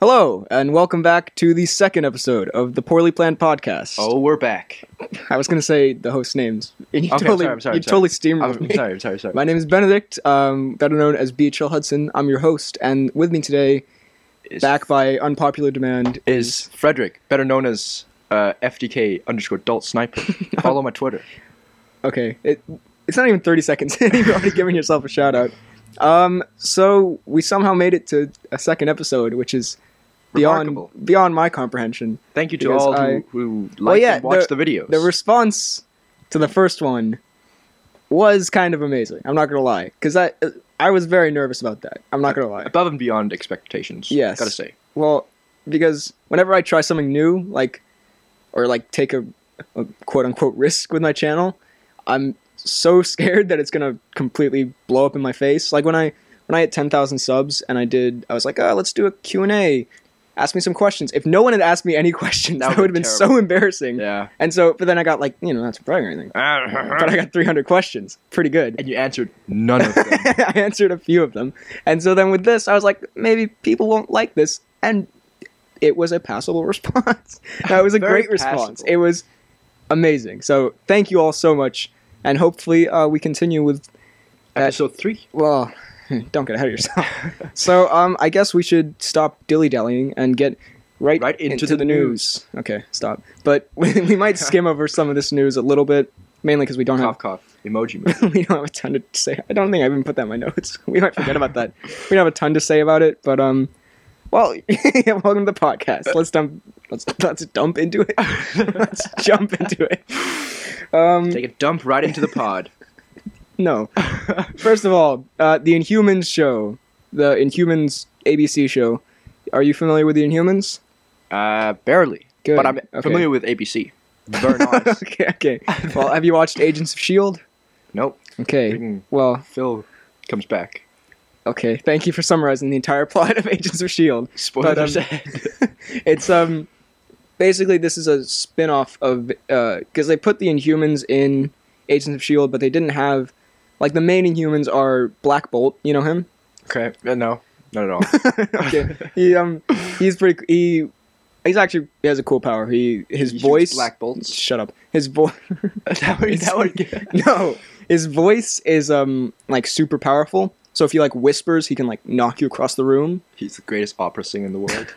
Hello, and welcome back to the second episode of the Poorly Planned Podcast. Oh, we're back. I was going to say the host names. And you Okay, I'm totally, sorry, I'm sorry, you I'm sorry. totally steamrolled I'm me. sorry, I'm sorry, sorry. My name is Benedict, um, better known as BHL Hudson. I'm your host, and with me today, Is- back by unpopular demand, is Frederick, better known as uh, FDK underscore adult sniper. Follow my Twitter. okay. It, it's not even 30 seconds. You've already given yourself a shout out. Um, so we somehow made it to a second episode, which is beyond Remarkable. beyond my comprehension. Thank you to Because all I- who, who Well, like yeah, and watch the- the, videos. the response to the first one was kind of amazing. I'm not gonna lie, because I I was very nervous about that. I'm not gonna lie. Above and beyond expectations. Yes. Gotta say. Well, because whenever I try something new, like or like take a, a quote unquote risk with my channel, I'm so scared that it's gonna completely blow up in my face. Like when I when I hit 10,000 subs and I did, I was like, oh, let's do a Q and A. Ask me some questions. If no one had asked me any questions, that, That would would've have been been so embarrassing. Yeah. And so, but then I got like, you know, not to brag or anything but I got 300 questions. Pretty good. and you answered none of them. I answered a few of them. And so then with this, I was like, maybe people won't like this. And it was a passable response. That was a Very great response. passable. It was amazing. So thank you all so much. And hopefully uh, we continue with, Episode three. well, don't get ahead of yourself. so um, I guess we should stop dilly dallying and get right, Right into the news. Okay, stop. But we, we might skim over some of this news a little bit, mainly because we don't have Cough, cough. Emoji. emoji. we don't have a ton to say. I don't think I even put that in my notes. We might forget about that. We don't have a ton to say about it, but um, well, yeah, welcome to the podcast. Let's dump. Let's let's dump into it. let's jump into it. Um, Take a dump right into the pod. no. First of all, uh, the Inhumans show, the Inhumans ABC show. Are you familiar with the Inhumans? Uh, barely. Good, But I'm okay. familiar with ABC. Very nice. okay, okay. Well, have you watched Agents of Shield? nope. E Okay. Mm. Well, Phil comes back. okay. Thank you for summarizing the entire plot of Agents of Shield. Spoilers um, it's um basically this is a spin-off of because they put the inhumans in agents of shield E but they didn't have like the main inhumans are black bolt you know him Okay. Uh, no. Not at all. okay he um he's pretty he he's actually he has a cool power he his He shoots voice black bolts. shut up his voice that would, that would get, no his voice is um like super powerful so if he like whispers he can like knock you across the room He's the greatest opera singer in the world.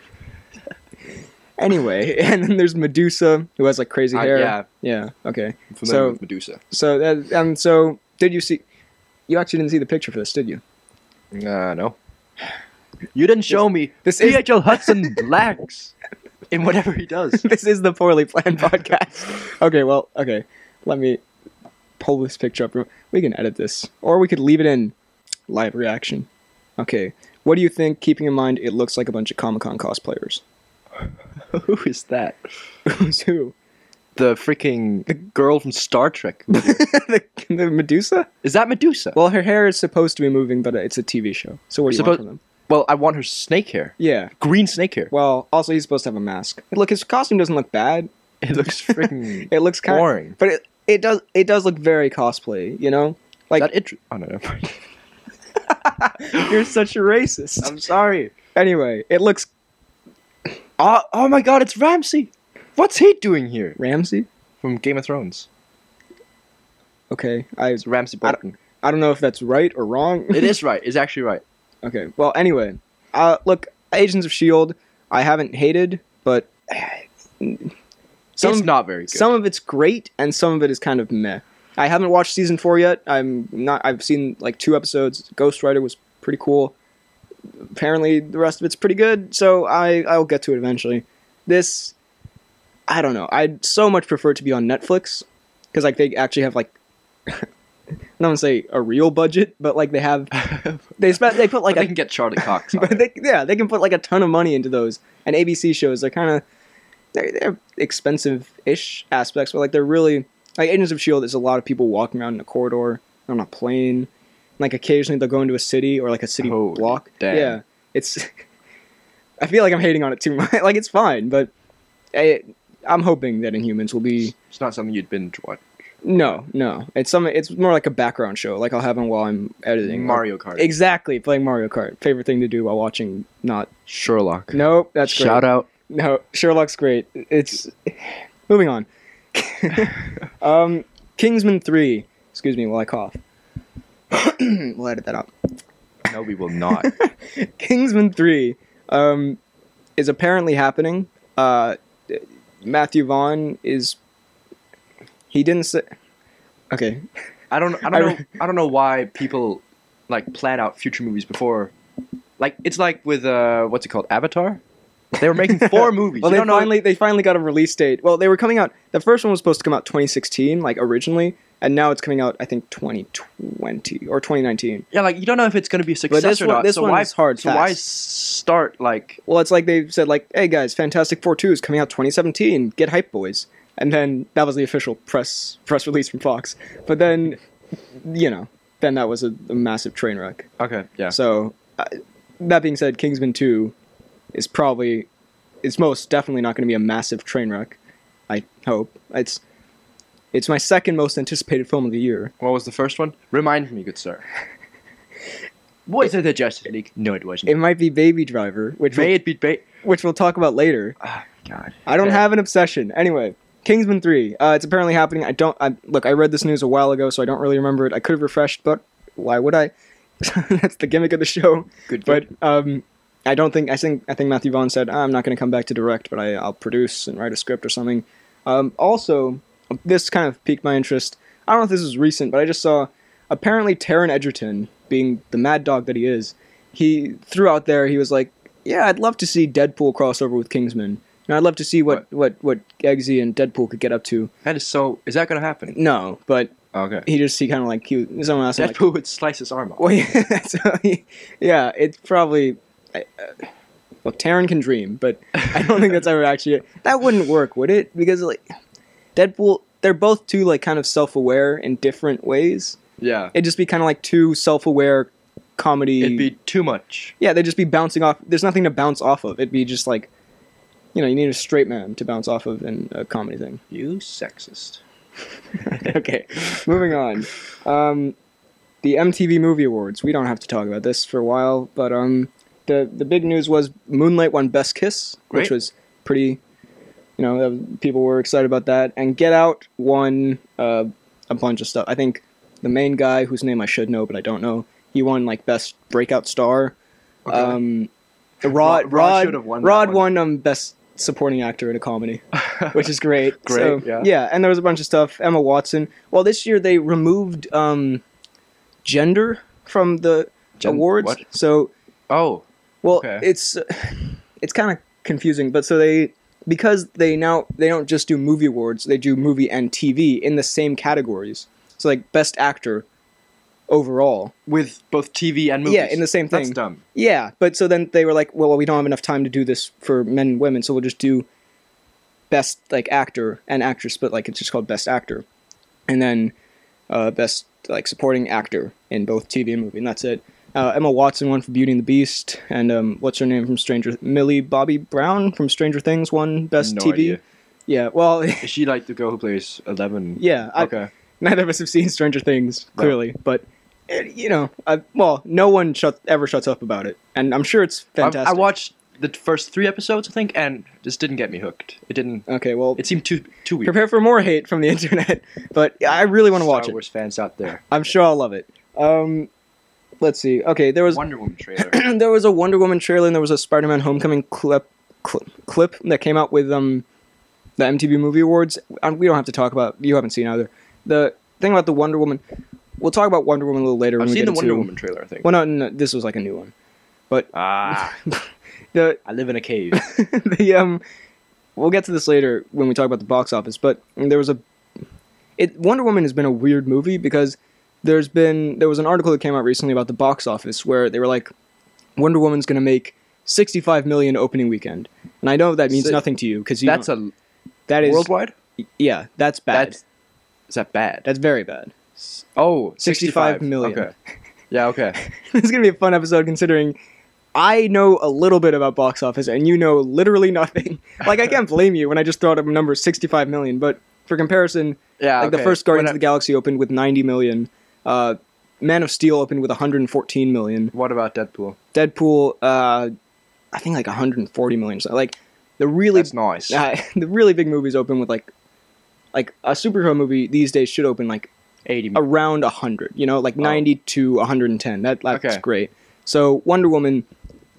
anyway and then there's medusa who has like crazy I- hair Uh, yeah. yeah okay I'm familiar so with Medusa. So that and so did you see? You actually didn't see the picture for this, did you? Uh, no. You didn't show me. this is- DHL Hudson blacks in whatever he does. This is the poorly planned podcast. okay, well, okay. Let me pull this picture up. We can edit this, or we could leave it in. Live reaction. Okay, what do you think? Keeping in mind, it looks like a bunch of Comic Con cosplayers. Who is that? Who's who? The freaking girl from Star Trek. the, the Medusa? Is that Medusa? Well, her hair is supposed to be moving, but it's a TV show. So what do you want Suppo- from them? well, I want her snake hair. Yeah. Green snake hair. Well, also he's supposed to have a mask. Look, his costume doesn't look bad. It looks freaking. It looks kind Boring. but it, it does it does look very cosplay. You know, like that it- oh, no, never mind. you're such a racist. I'm sorry. anyway, it looks Oh, oh my god, it's Ramsey. What's he doing here? Ramsey. From Game of Thrones. Okay, I It's Ramsey I Bolton. I don't know if that's right or wrong. It is right. It's actually right. okay, well anyway, uh, look, Agents of Shield. I haven't hated, but it's some not very good. some of it's great and some of it is kind of meh. I haven't watched season four yet. I'm not. I've seen like two episodes. Ghost Rider was pretty cool. Apparently, the rest of it's pretty good. So I I'll get to it eventually. This, I don't know. I'd so much prefer it to be on Netflix because like they actually have like. I don't want to say a real budget, but like they have, they spent they put like a like I can get Charlotte Cox. on but it. they, yeah, they can put like a ton of money into those. And ABC shows, they're kind of they're, they're expensive-ish aspects, but like they're really like Agents of Shield is a lot of people walking around in a corridor on a plane. Like occasionally they'll go into a city or like a city Holy block. damn. Yeah, it's. I feel like I'm hating on it too much. like it's fine, but I, I'm hoping that Inhumans will be It's not something you'd binge watch. No, no. It's some. It's more like a background show. Like I'll have on while I'm editing. Mario Kart. Exactly, playing Mario Kart. Favorite thing to do while watching. Not. Sherlock. Nope, that's great. Shout out. No, Sherlock's great. It's moving on. um, Kingsman three. Excuse me while I cough. we'll edit that out. No, we will not. Kingsman three um, is apparently happening. Uh, Matthew Vaughn is. He didn't say. Okay, I don't. I I don't know. re- I don't know why people like plan out future movies before. Like it's like with uh, what's it called? Avatar. They were making four movies. Well, You they don't know- finally they finally got a release date. Well, they were coming out. The first one was supposed to come out 2016, like originally, and now it's coming out I think 2020 or 2019. Yeah, like you don't know if it's going to be a this success or one- not. this so one why, is hard So why facts. start like Well, it's like they said like, "Hey guys, Fantastic Four 2 is coming out 2017. Get hype, boys!" And then that was the official press press release from Fox. But then, you know, then that was a, a massive train wreck. okay? Yeah. So uh, that being said, Kingsman 2 is probably it's most definitely not going to be a massive train wreck. I hope it's it's my second most anticipated film of the year. What was the first one? Remind me, good sir. Was it the Justice League? No, it wasn't. It might be Baby Driver, which May we'll, it be ba- which we'll talk about later. Oh, God. I don't Okay. have an obsession. Anyway, Kingsman 3. Uh, it's apparently happening. I don't I, look. I read this news a while ago, so I don't really remember it. I could have refreshed, but why would I? That's the gimmick of the show. Good, but good. um, I don't think I think I think Matthew Vaughn said "Ah, I'm not going to come back to direct, but I, I'll produce and write a script or something. Um, also, this kind of piqued my interest. I don't know if this is recent, but I just saw apparently Taron Egerton, being the mad dog that he is, he threw out there. He was like, "Yeah, I'd love to see Deadpool crossover with Kingsman." And I'd love to see what what what Eggsy and Deadpool could get up to. That is so. Is that gonna happen? No, but Okay. he just he kind of like he someone asked him like, Deadpool would slice his arm off. well, yeah, so he- yeah, it's probably. I, uh, well, Taryn can dream, but I don't think that's ever actually. That wouldn't work, would it? Because like, Deadpool, they're both two like kind of self-aware in different ways. Yeah. It'd just be kind of like two self-aware comedy. It'd be too much. yeah, they'd just be bouncing off. There's nothing to bounce off of. It'd be just like, you know, you need a straight man to bounce off of in a comedy thing. You sexist. okay, moving on. Um, the MTV Movie Awards. We don't have to talk about this for a while, but um, the the big news was Moonlight won Best Kiss, which Great. was pretty. You know, uh, people were excited about that, and Get Out won uh, a bunch of stuff. I think the main guy, whose name I should know but I don't know, he won like Best Breakout Star. Okay. Um, Rod Rod Rod, should have won that Rod one. won um, Best Supporting Actor in a Comedy which is great. Great, So, yeah. and there was a bunch of stuff. Emma Watson. Well, this year they removed um, gender from the Gen- awards. what? So, oh. well, Okay. it's it's kind of confusing, but so they because they now they don't just do movie awards, they do movie and TV in the same categories. So like best actor overall. With both TV and movies. Yeah, in the same That's thing. dumb. Yeah, but so then they were like, well, we don't have enough time to do this for men and women, so we'll just do best like actor and actress, but like it's just called best actor, and then uh, best like supporting actor in both TV and movie, and that's it. Uh, Emma Watson won for Beauty and the Beast, and um, what's her name from Stranger Millie Bobby Brown from Stranger Things won best No TV. idea. Yeah, well, Is she like the girl who plays Eleven? yeah, I, Okay. neither of us have seen Stranger Things, No. clearly, but eh, you know, I, well, no one shut, ever shuts up about it, and I'm sure it's I, fantastic. I watched the first three episodes, I think, and just didn't get me hooked. It didn't. Okay, well, It seemed too too weird. prepare for more hate from the internet, but I really want to watch Star it. Wars fans out there. I'm sure I'll love it. Um, let's see. Okay, there was Wonder Woman trailer. there was a Wonder Woman trailer and there was a Spider-Man Homecoming clip clip, clip that came out with um the MTV Movie Awards. Um, We don't have to talk about you haven't seen either. The thing about the Wonder Woman, we'll talk about Wonder Woman a little later. I've when we get seen the Wonder into- Woman trailer. I think. Well, no, no, this was like a new one. Ah, The I live in a cave. the um we'll get to this later when we talk about the box office but there was a it wonder woman has been a weird movie because there's been there was an article that came out recently about the box office where they were like wonder woman's going to make 65 million opening weekend and i know that means Si- nothing to you because That's a that is worldwide. yeah that's bad That's that's, is that bad? very bad oh, 65 million. Okay. Yeah. Okay. this is going to be a fun episode considering I know a little bit about box office and you know literally nothing. Like I can't blame you when I just throw out a number 65 million, but for comparison, Yeah, like the okay. first Guardians What of the a- Galaxy opened with 90 million. Uh, Man of Steel opened with 114 million. What about Deadpool? Deadpool, uh, I think like 140 million. So like the really That's nice. uh, the really big movies open with like like a superhero movie these days should open like Eighty. million. around 100 you know like 90 to 110 that that's Okay. great so wonder woman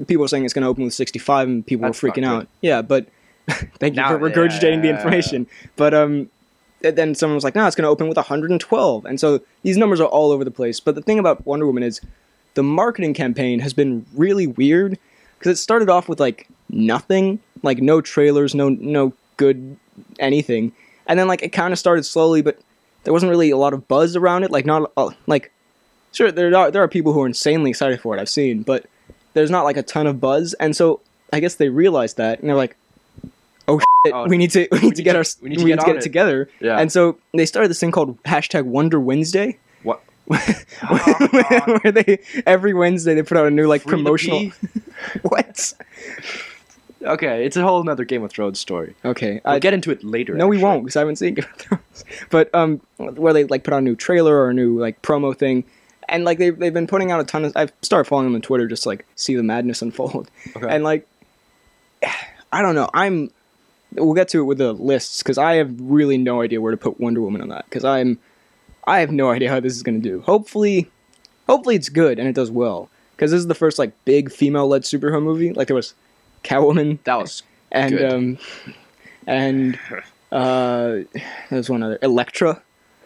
people are saying it's going to open with 65 and people That's were not freaking good. out yeah but thank you No, for regurgitating the yeah. information but um and then someone was like no it's going to open with 112 and so these numbers are all over the place but the thing about wonder woman is the marketing campaign has been really weird because it started off with like nothing, like no trailers, no no good anything, and then like it kind of started slowly, but there wasn't really a lot of buzz around it. Like not uh, like sure there are there are people who are insanely excited for it. I've seen, but there's not like a ton of buzz, and so I guess they realized that and they're like, oh, shit, Oh, we need to we need to get our we need to get, on it it." together, Yeah. and so they started this thing called hashtag Wonder Wednesday. What? where, they every Wednesday they put out a new like Free the promotional pea? what? Okay, it's a whole another Game of Thrones story. Okay, We'll I get into it later. Uh, no, we actually. won't because I haven't seen Game of Thrones. But um, where they like put out a new trailer or a new like promo thing, and like they've they've been putting out a ton of. I've started following them on Twitter just to, like see the madness unfold, Okay. and like I don't know. I'm we'll get to it with the lists because I have really no idea where to put Wonder Woman on that because I'm I have no idea how this is gonna do. Hopefully, hopefully it's good and it does well because this is the first like big female led superhero movie. Like there was Catwoman, That was and Good. um and uh there's one other Electra.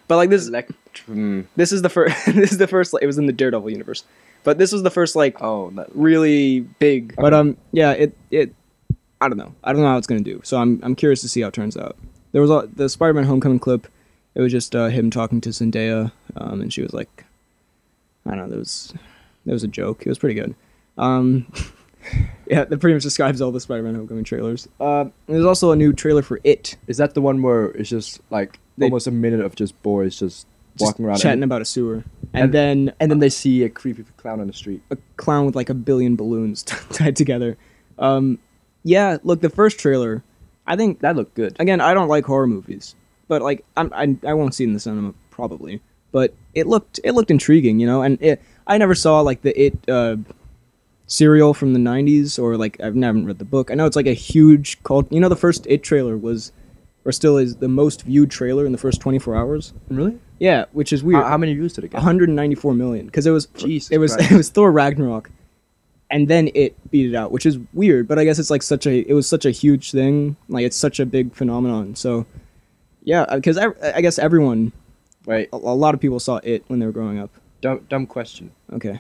But like this elect. Hmm. this is the first this is the first like, it was in the Daredevil universe. But this was the first like Oh, that, really big. But um yeah, it it I don't know. I don't know how it's going to do. So I'm I'm curious to see how it turns out. There was a, the Spider-Man Homecoming clip. It was just uh, him talking to Zendaya um and she was like I don't know, there was there was a joke. It was pretty good. Um Yeah, that pretty much describes all the Spider-Man Homecoming trailers. Uh, and there's also a new trailer for It, Is that the one where it's just like They- almost a minute of just boys just, just walking around chatting and, about a sewer, and, And- then and then they see a creepy clown on the street? a clown with like a billion balloons tied together. Um, yeah, look, the first trailer, I think That looked good. again, I don't like horror movies, but like I'm, I I won't see it in the cinema probably, but it looked it looked intriguing, you know, and it I never saw like the it uh, serial from the '90s or like I've never read the book. I know it's like a huge cult. You know, the first it trailer was or still is the most viewed trailer in the first 24 hours. Really? Yeah, which is weird. How, how many views did it get? 194 million because it was Jesus it was Christ. it was Thor Ragnarok, and then it beat it out, which is weird. But I guess it's like such a it was such a huge thing, like it's such a big phenomenon. So yeah, because I, I guess everyone Wait, a, a lot of people saw it when they were growing up. dumb, dumb question. Okay,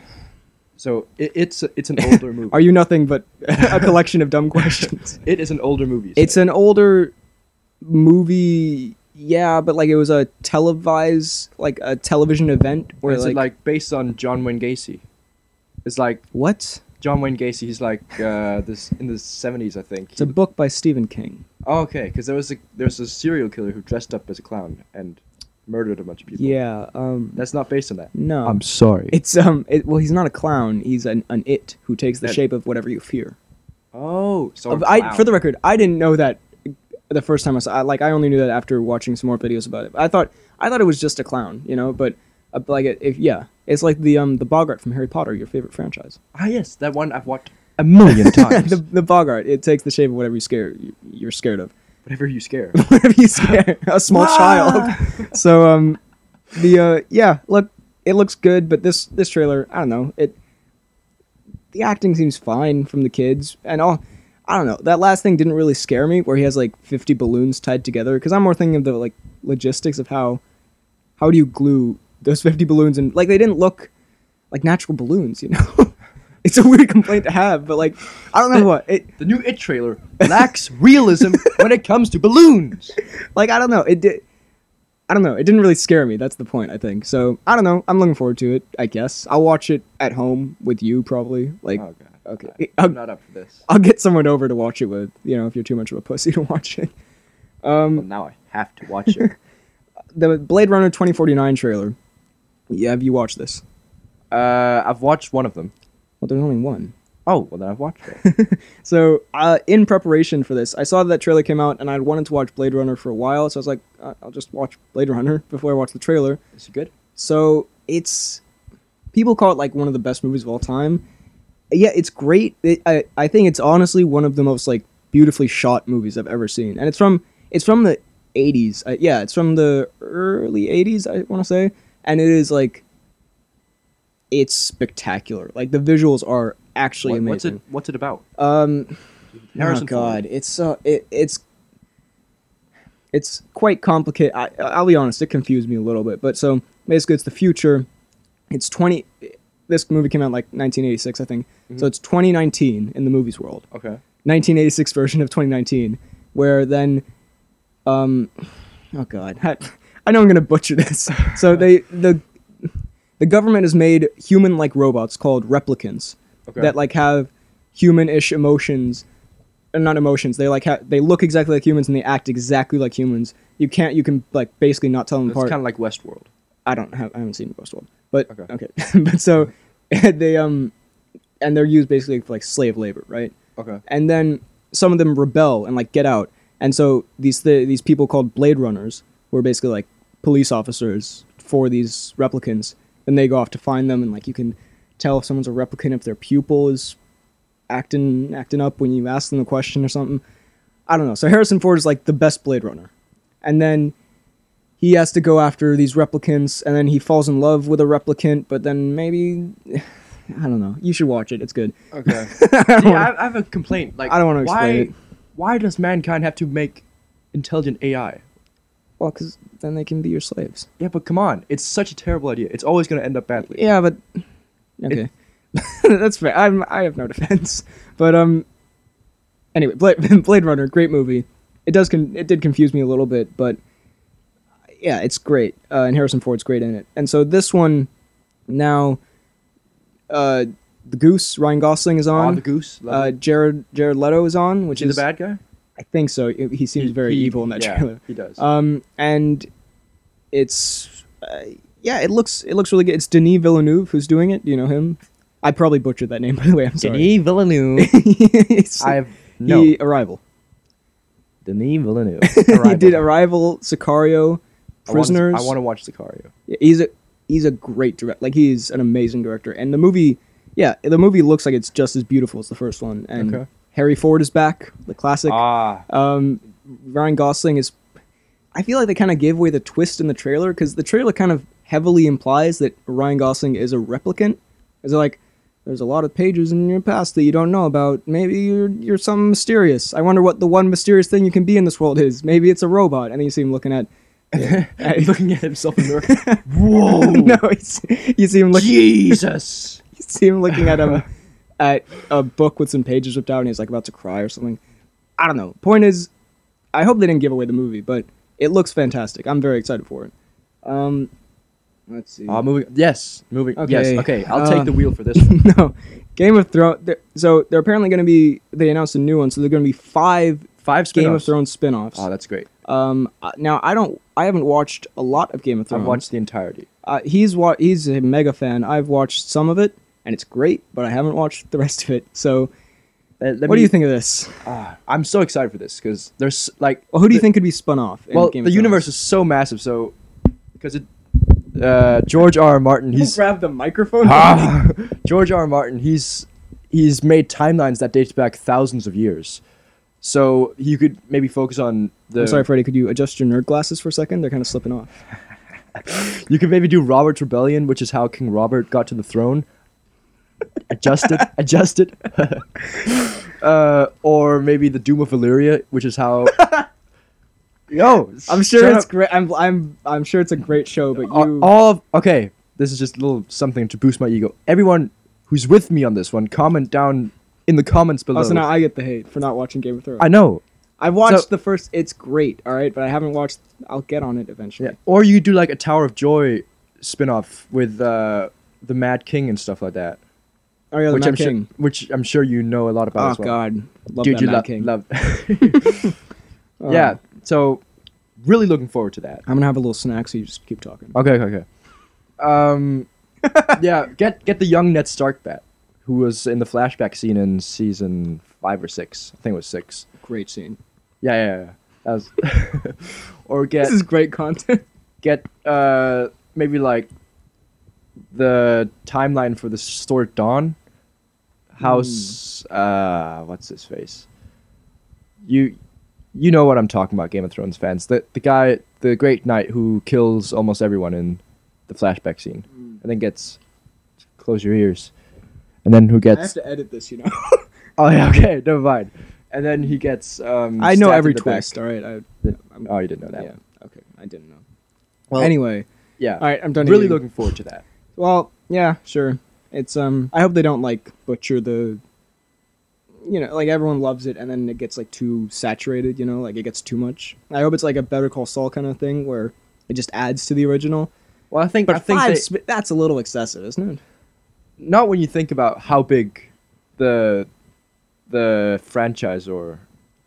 So it, it's it's an older movie. are you nothing but a collection of dumb questions? It is an older movie. so- it's an older movie. Yeah, but like it was a televised, like a television event where is like, it like based on John Wayne Gacy? It's like what? John Wayne Gacy. He's like uh, this in the seventies, I think. It's a book by Stephen King. oh, okay, because there was a there was a serial killer who dressed up as a clown and murdered a bunch of people. Yeah, um, that's not based on that. No. I'm sorry. It's um. It, well, he's not a clown. He's an, an it who takes the That- shape of whatever you fear. oh, so Uh, I, for the record, I didn't know that the first time I saw. I, like I only knew that after watching some more videos about it. I thought I thought it was just a clown, you know. But uh, like, it, if yeah, it's like the um the Bogart from Harry Potter, your favorite franchise. ah yes, that one I've watched a million times. the the Bogart. It takes the shape of whatever you scare you, you're scared of. Whatever you scare. whatever you scare a small child. So um, the uh, yeah, look, it looks good, but this this trailer, I don't know, it the acting seems fine from the kids and all. I don't know. That last thing didn't really scare me, where he has like fifty balloons tied together. Because I'm more thinking of the like logistics of how how do you glue those fifty balloons and like they didn't look like natural balloons, you know. it's a weird complaint to have, but like I don't know what it. the new It trailer lacks realism when it comes to balloons. like I don't know. It did. I don't know. It didn't really scare me. That's the point, I think. So I don't know. I'm looking forward to it. I guess I'll watch it at home with you, probably. Like, Oh god. okay, I'm I'll, not up for this. I'll get someone over to watch it with. You know, if you're too much of a pussy to watch it. um, Well, now I have to watch it. The Blade Runner 2049 trailer. Yeah, have you watched this? Uh, I've watched one of them. Well, there's only one. Oh, well then I've watched it. So, uh, in preparation for this, I saw that trailer came out, and I wanted to watch Blade Runner for a while. So I was like, I- I'll just watch Blade Runner before I watch the trailer. Is it good? So it's people call it like one of the best movies of all time. Yeah, it's great. It, I I think it's honestly one of the most like beautifully shot movies I've ever seen, and it's from it's from the '80s. Uh, yeah, it's from the early '80s. I want to say, and it is like it's spectacular. Like the visuals are actually What- amazing. what's it? What's it about? Um, Harrison Ford. oh God, it's so it, it's it's quite complicated. I, I'll be honest, it confused me a little bit. But so basically, it's the future. It's twenty. This movie came out in, like 1986, I think. Mm-hmm. So it's 2019 in the movies world. Okay. 1986 version of 2019, where then, um, oh god, I, I know I'm gonna butcher this. So they the the government has made human-like robots called replicants Okay. that like have human-ish emotions, and not emotions. They like ha- they look exactly like humans and they act exactly like humans. You can't you can like basically not tell them It's apart. kind of like Westworld. I don't have I haven't seen Westworld, but okay, Okay. but so they um and they're used basically for like slave labor, right? Okay. and then some of them rebel and like get out. And so these th- these people called Blade Runners were basically like police officers for these replicants. Then they go off to find them, and like you can tell if someone's a replicant if their pupil is acting acting up when you ask them a question or something. I don't know. So Harrison Ford is like the best Blade Runner, and then he has to go after these replicants, and then he falls in love with a replicant. But then maybe I don't know. You should watch it. It's good. Okay. I don't See, wanna- I, I have a complaint. Like, I don't wanna why, explain it. Why does mankind have to make intelligent AI? Well, because then they can be your slaves. Yeah, but come on, it's such a terrible idea. It's always going to end up badly. Yeah, but okay, that's fair. I'm I have no defense, but um, anyway, Blade, Blade Runner, great movie. It does con- it did confuse me a little bit, but yeah, it's great. Uh, and Harrison Ford's great in it. And so this one now, uh, the Goose Ryan Gosling is Ah, on. the goose. love uh, it. Jared Jared Leto is on, which is he is the bad guy? I think so. He he seems very He- evil in that yeah, trailer. He does. Um, and it's uh, yeah, it looks it looks really good. It's Denis Villeneuve who's doing it. Do you know him? I probably butchered that name by the way. I'm sorry. Denis Villeneuve. It's- I've he- no Arrival. Denis Villeneuve. He did Arrival, Sicario, Prisoners. I want to watch Sicario. Yeah, he's a he's a great director. Like he's an amazing director. And the movie, yeah, the movie looks like it's just as beautiful as the first one. And Okay. Harry Ford is back, the classic. Ah, Um, Ryan Gosling is. I feel like they kind of gave away the twist in the trailer because the trailer kind of heavily implies that Ryan Gosling is a replicant. Is it like there's a lot of pages in your past that you don't know about? Maybe you're you're something mysterious. I wonder what the one mysterious thing you can be in this world is. Maybe it's a robot. And then you see him looking at. looking at himself in the mirror. Whoa, no, he's, you see him looking. Jesus! You see him looking at him at a book with some pages ripped out, and he's like about to cry or something. I don't know. Point is, I hope they didn't give away the movie, but it looks fantastic. I'm very excited for it. Um, let's see. Ah, moving. Yes, moving. Okay, Yes, okay. I'll uh, take the wheel for this one. no, Game of Thrones. They're, so they're apparently going to be. They announced a new one, so they're going to be five Five Game of spin-offs. Thrones spin-offs. Oh, that's great. um, uh, now I don't. I haven't watched a lot of Game of Thrones. I've watched the entirety. Uh, he's wa- he's a mega fan. I've watched some of it, and it's great, but I haven't watched the rest of it. So, Uh, let what do me- you think of this? Ah, I'm so excited for this because there's like. Well, who do you the- think could be spun off? In Well, Game the of universe is so massive, so because it. Uh, George R. R. Martin, Thrones? he's grab the microphone. Ah, George R. R. Martin, he's he's made timelines that dates back thousands of years. So you could maybe focus on the. I'm sorry, Freddy. Could you adjust your nerd glasses for a second? They're kind of slipping off. You could maybe do Robert's Rebellion, which is how King Robert got to the throne. Adjust it, adjust it. uh, or maybe the Doom of Valyria, which is how. Yo, I'm sure shut it's up. great. I'm I'm I'm sure it's a great show, but A- you. all of, okay. This is just a little something to boost my ego. Everyone who's with me on this one, comment down in the comments below. Oh, so now I get the hate for not watching Game of Thrones. I know. I've watched So- the first. It's great, all right, but I haven't watched. I'll get on it eventually. Yeah. Or you do like a Tower of Joy spin-off with uh, the Mad King and stuff like that. Oh yeah, the which Mad I'm sure, King. which I'm sure you know a lot about. Oh as well. God, love Dude, that you Mad love King. love. Oh. yeah. So, really looking forward to that. I'm gonna have a little snack, so you just keep Uh, talking. Okay, okay, okay. Um, yeah, get get the young Ned Stark bat. who was in the flashback scene in season five or six. I think it was six. Great scene. Yeah, yeah, yeah. That was, or get This is great content. get uh maybe like the timeline for the store dawn house uh what's his face you you know what i'm talking about game of thrones fans the the guy the great knight who kills almost everyone in the flashback scene and then gets close your ears and then who I have gets to edit this, you know. oh yeah okay never mind and then he gets um I know stabbed in every the back. twist. All right. I, The- I'm- oh you didn't know that yeah. one. Okay. I didn't know. Well- anyway, yeah all right. I'm done. really eating. looking forward to that Well, yeah, sure. It's um. I hope they don't like butcher the. You know, like everyone loves it, and then it gets like too saturated. You know, like it gets too much. I hope it's like a Better Call Saul kind of thing where it just adds to the original. well i think But i think five, they- sp- that's a little excessive, isn't it? not when you think about how big the the franchise or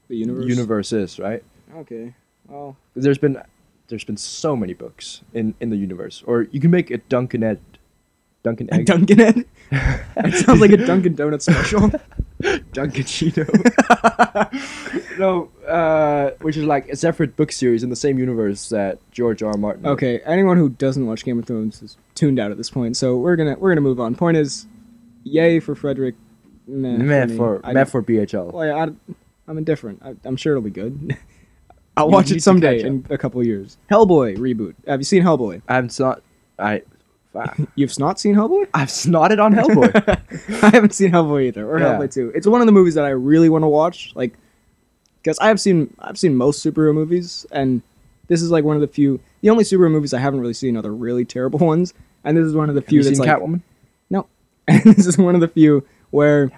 The universe, universe. is, right? Okay. Well, 'Cause There's been there's been so many books in in the universe, or you can make a Duncan Ed, Duncan a Egg, Dunkin' Ed. It sounds like a Dunkin' Donuts special. Duncan Cheeto. no, uh, which is like a separate book series in the same universe that George R. R. Martin. wrote. Okay, anyone who doesn't watch Game of Thrones is tuned out at this point, so we're gonna we're gonna move on. Point is, yay for Frederick. Meh, Meh me. for I meh don't- for BHL. Well, yeah, I, am indifferent. I, I'm sure it'll be good. I'll You watch need it to someday catch in a couple years. Hellboy reboot. Have you seen Hellboy? I'm not. I. I- You've not seen Hellboy? I've snotted on Hellboy. I haven't seen Hellboy either, or Yeah. Hellboy Two. It's one of the movies that I really want to watch, like, because I've seen I've seen most superhero movies, and this is like one of the few, the only superhero movies I haven't really seen are the really terrible ones, and this is one of the Have few you seen that's like Catwoman? no, and this is one of the few where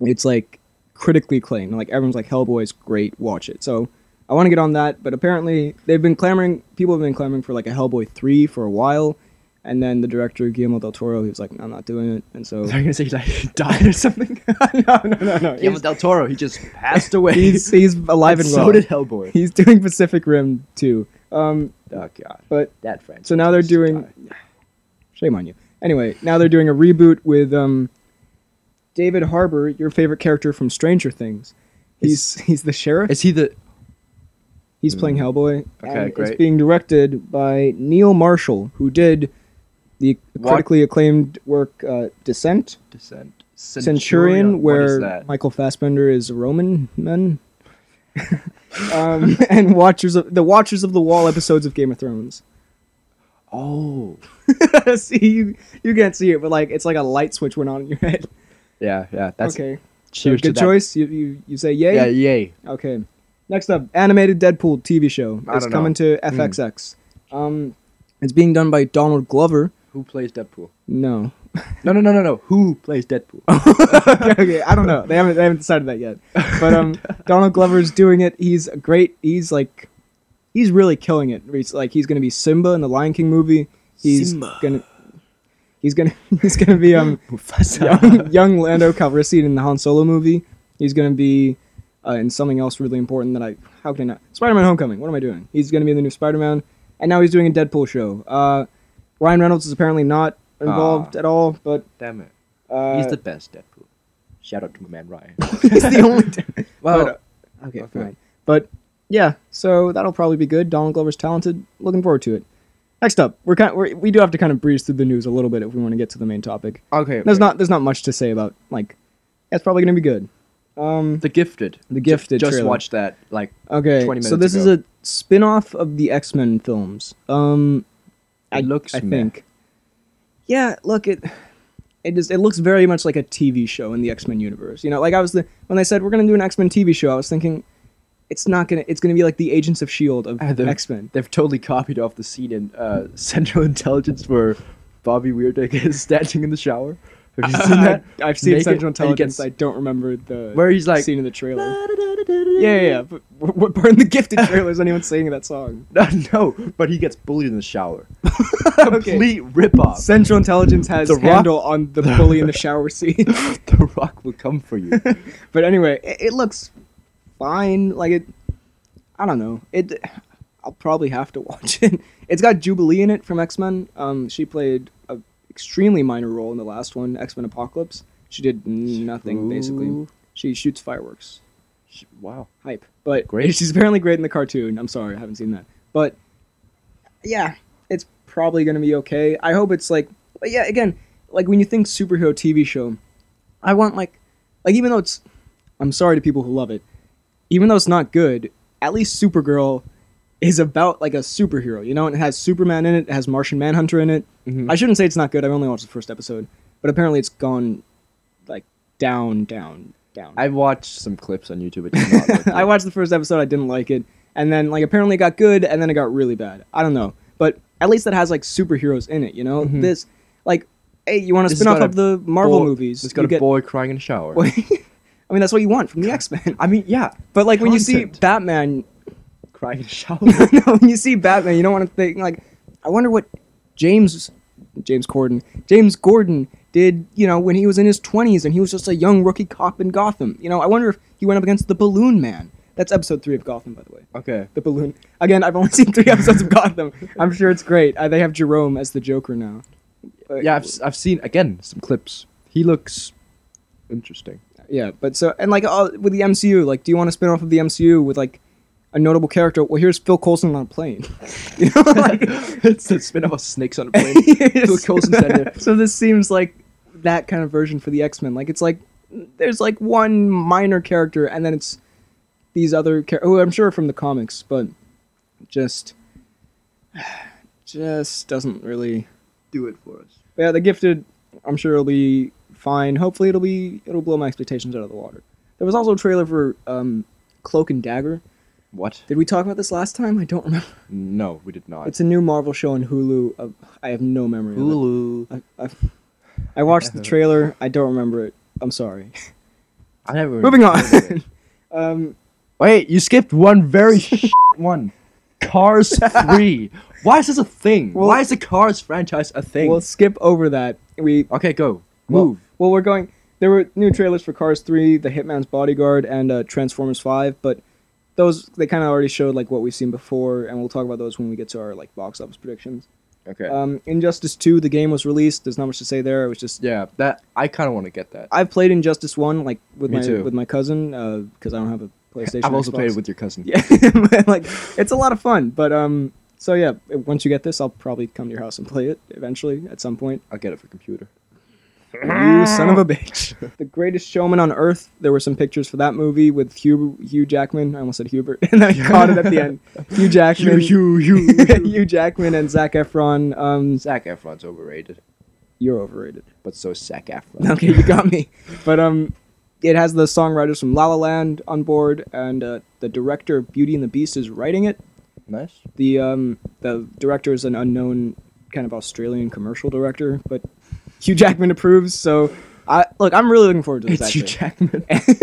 it's like critically acclaimed. Like everyone's like Hellboy's great, watch it. So I want to get on that, but apparently they've been clamoring. People have been clamoring for like a Hellboy three for a while. And then the director Guillermo del Toro, he was like, "I'm not doing it," and so Are you gonna say he like, he died or something? no, no, no, no. Guillermo He's, del Toro, he just passed away. he's, he's alive and so well. did Hellboy. He's doing Pacific Rim too. Um, Oh god. but That franchise. so now they're doing. Shame on you. Anyway, now they're doing a reboot with um, David Harbour, your favorite character from Stranger Things. He's he's the sheriff. Is he the He's playing Hellboy. Okay, and It's great. being directed by Neil Marshall, who did the What? critically acclaimed work uh, Descent, descent Centurion, What is where that? Michael Fassbender is a Roman man. um, and Watchers of the Watchers of the Wall episodes of Game of Thrones. oh see you, you can't see it, but like it's like a light switch went on in your head. yeah yeah that's okay, cheers to good that. choice. You, you you say yay. Yeah yay Okay. Next up, animated Deadpool TV show I is don't know. Hmm. coming to FXX. Um, it's being done by Donald Glover. who plays Deadpool? No. No no no no no who plays Deadpool? Oh, okay, okay, I don't know. They haven't they haven't decided that yet. But um, Donald Glover's doing it. He's a great. He's like, he's really killing it. He's like he's gonna be Simba in the Lion King movie. He's Simba. gonna. He's gonna he's gonna be um young, young Lando Calrissian in the Han Solo movie. He's gonna be uh, in something else really important that I how can I not Spider-Man: Homecoming. What am I doing? He's gonna be in the new Spider-Man, and now he's doing a Deadpool show. Uh, Ryan Reynolds is apparently not involved at all, but Damn it. uh, He's the best Deadpool. Shout out to my man Ryan. he's the only. Wow. But, uh, okay, Okay. fine. But yeah, so that'll probably be good. Donald Glover's talented. Looking forward to it. Next up, we're kind we're, we do have to kind of breeze through the news a little bit if we want to get to the main topic. okay. There's okay. uh, not there's not much to say about like that's probably gonna be good. Um, The Gifted. The Gifted Just trailer. watched that like okay, 20 so minutes this is ago. a spin-off of the X Men films. Um, I It looks I meh. think. Yeah, look it. It is. It looks very much like a TV show in the X Men universe. You know, like I was the when they said we're gonna do an X Men TV show, I was thinking, it's not gonna. It's gonna be like the Agents of Shield E of Uh, the- X Men. They've totally copied off the scene in uh, Central Intelligence where Bobby Weirdegg is standing in the shower. Have you seen that? I've seen Naked, Central and he Intelligence. gets- I don't remember the Where he's like- scene in the trailer. Yeah, yeah, yeah. But what what part in the gifted trailer is anyone singing that song? No, no, but he gets bullied in the shower. okay. Complete ripoff. Central Intelligence has The Rock- handle on the bully in the shower scene. the Rock will come for you. but anyway, it, it looks fine. Like it, I don't know. It, I'll probably have to watch it. It's got Jubilee in it from X Men. Um, she played a extremely minor role in the last one, X Men Apocalypse. She did nothing basically. Ooh. She shoots fireworks. Sh- Wow. Hype, but Great. She's apparently great in the cartoon. I'm sorry, I haven't seen that, but yeah, it's probably gonna be okay. I hope it's like, but yeah, again, like when you think superhero TV show, I want like, like even though it's, I'm sorry to people who love it, even though it's not good, at least Supergirl is about like a superhero, you know, and it has Superman in it, it has Martian Manhunter in it. I shouldn't say it's not good. I've only watched the first episode, but apparently it's gone like down, down, down. I've watched some clips on YouTube. It did not look I watched the first episode. I didn't like it, and then like apparently it got good, and then it got really bad. I don't know, but at least that has like superheroes in it. You know, this like, hey, you want to Mm-hmm. This spin has off got of a the Marvel boy- movies? It's got you a boy crying in a shower. I mean, that's what you want from the X Men. I mean, yeah, But like when you see Content. Batman, crying in a shower. no, when you see Batman, you don't want to think like, I wonder what James, James Corden, James Gordon did. You know, when he was in his twenties and he was just a young rookie cop in Gotham. You know, I wonder if he went up against the Balloon Man. That's episode three of Gotham, by the way. okay. the balloon. Again, I've only seen three episodes of Gotham. I'm sure it's great. Uh, they have Jerome as the Joker now. Uh, Yeah, I've, s- I've seen again some clips. He looks interesting. yeah. But so and like uh, with the MCU, like, do you want to spin off of the MCU with like a notable character? Well, here's Phil Coulson on a plane. you know, like, it's the spin off of snakes on a plane. Phil Coulson said it. so this seems like that kind of version for the X Men. Like it's like there's like one minor character, and then it's these other char- who I'm sure are from the comics, but just just doesn't really Do it for us. But yeah, the gifted, I'm sure it'll be fine. Hopefully, it'll be it'll blow my expectations out of the water. There was also a trailer for um, Cloak and Dagger. What? Did we talk about this last time? I don't remember. No, we did not. It's a new Marvel show on Hulu. Uh, I have no memory. of it. Hulu. I, I, I watched the trailer. I don't remember it. I'm sorry. I never. Moving on. um, Wait, you skipped one very shit one. Cars 3. Why is this a thing? Well- Why is the Cars franchise a thing? we'll skip over that. We okay, go. Well- Move. Well, we're going. There were new trailers for Cars 3, The Hitman's Bodyguard, and uh, Transformers 5, but those they kind of already showed like what we've seen before, and we'll talk about those when we get to our like box office predictions. okay. Um, Injustice 2, the game was released. There's not much to say there. It was just yeah, that I kind of want to get that. I've played Injustice 1 like with Me my too. with my cousin because I don't have a PlayStation. I've also Xbox. played it with your cousin. yeah, but, like it's a lot of fun. But um, so yeah, once you get this, I'll probably come to your house and play it eventually at some point. I'll get it for computer. You son of a bitch. the Greatest Showman on Earth. There were some pictures for that movie with Hugh Hugh Jackman. I almost said Hubert, and then I caught it at the end. Hugh Jackman. you, you. Hugh Jackman and Zach Efron. Um, Zac Efron's overrated, you're overrated. but so is Zac Efron. Okay, you got me. But um, it has the songwriters from La La Land on board, and uh, the director of Beauty and the Beast is writing it. Nice. The um, the director is an unknown kind of Australian commercial director, but Hugh Jackman approves. So, I look, I'm really looking forward to this. It's Hugh actually. Jackman.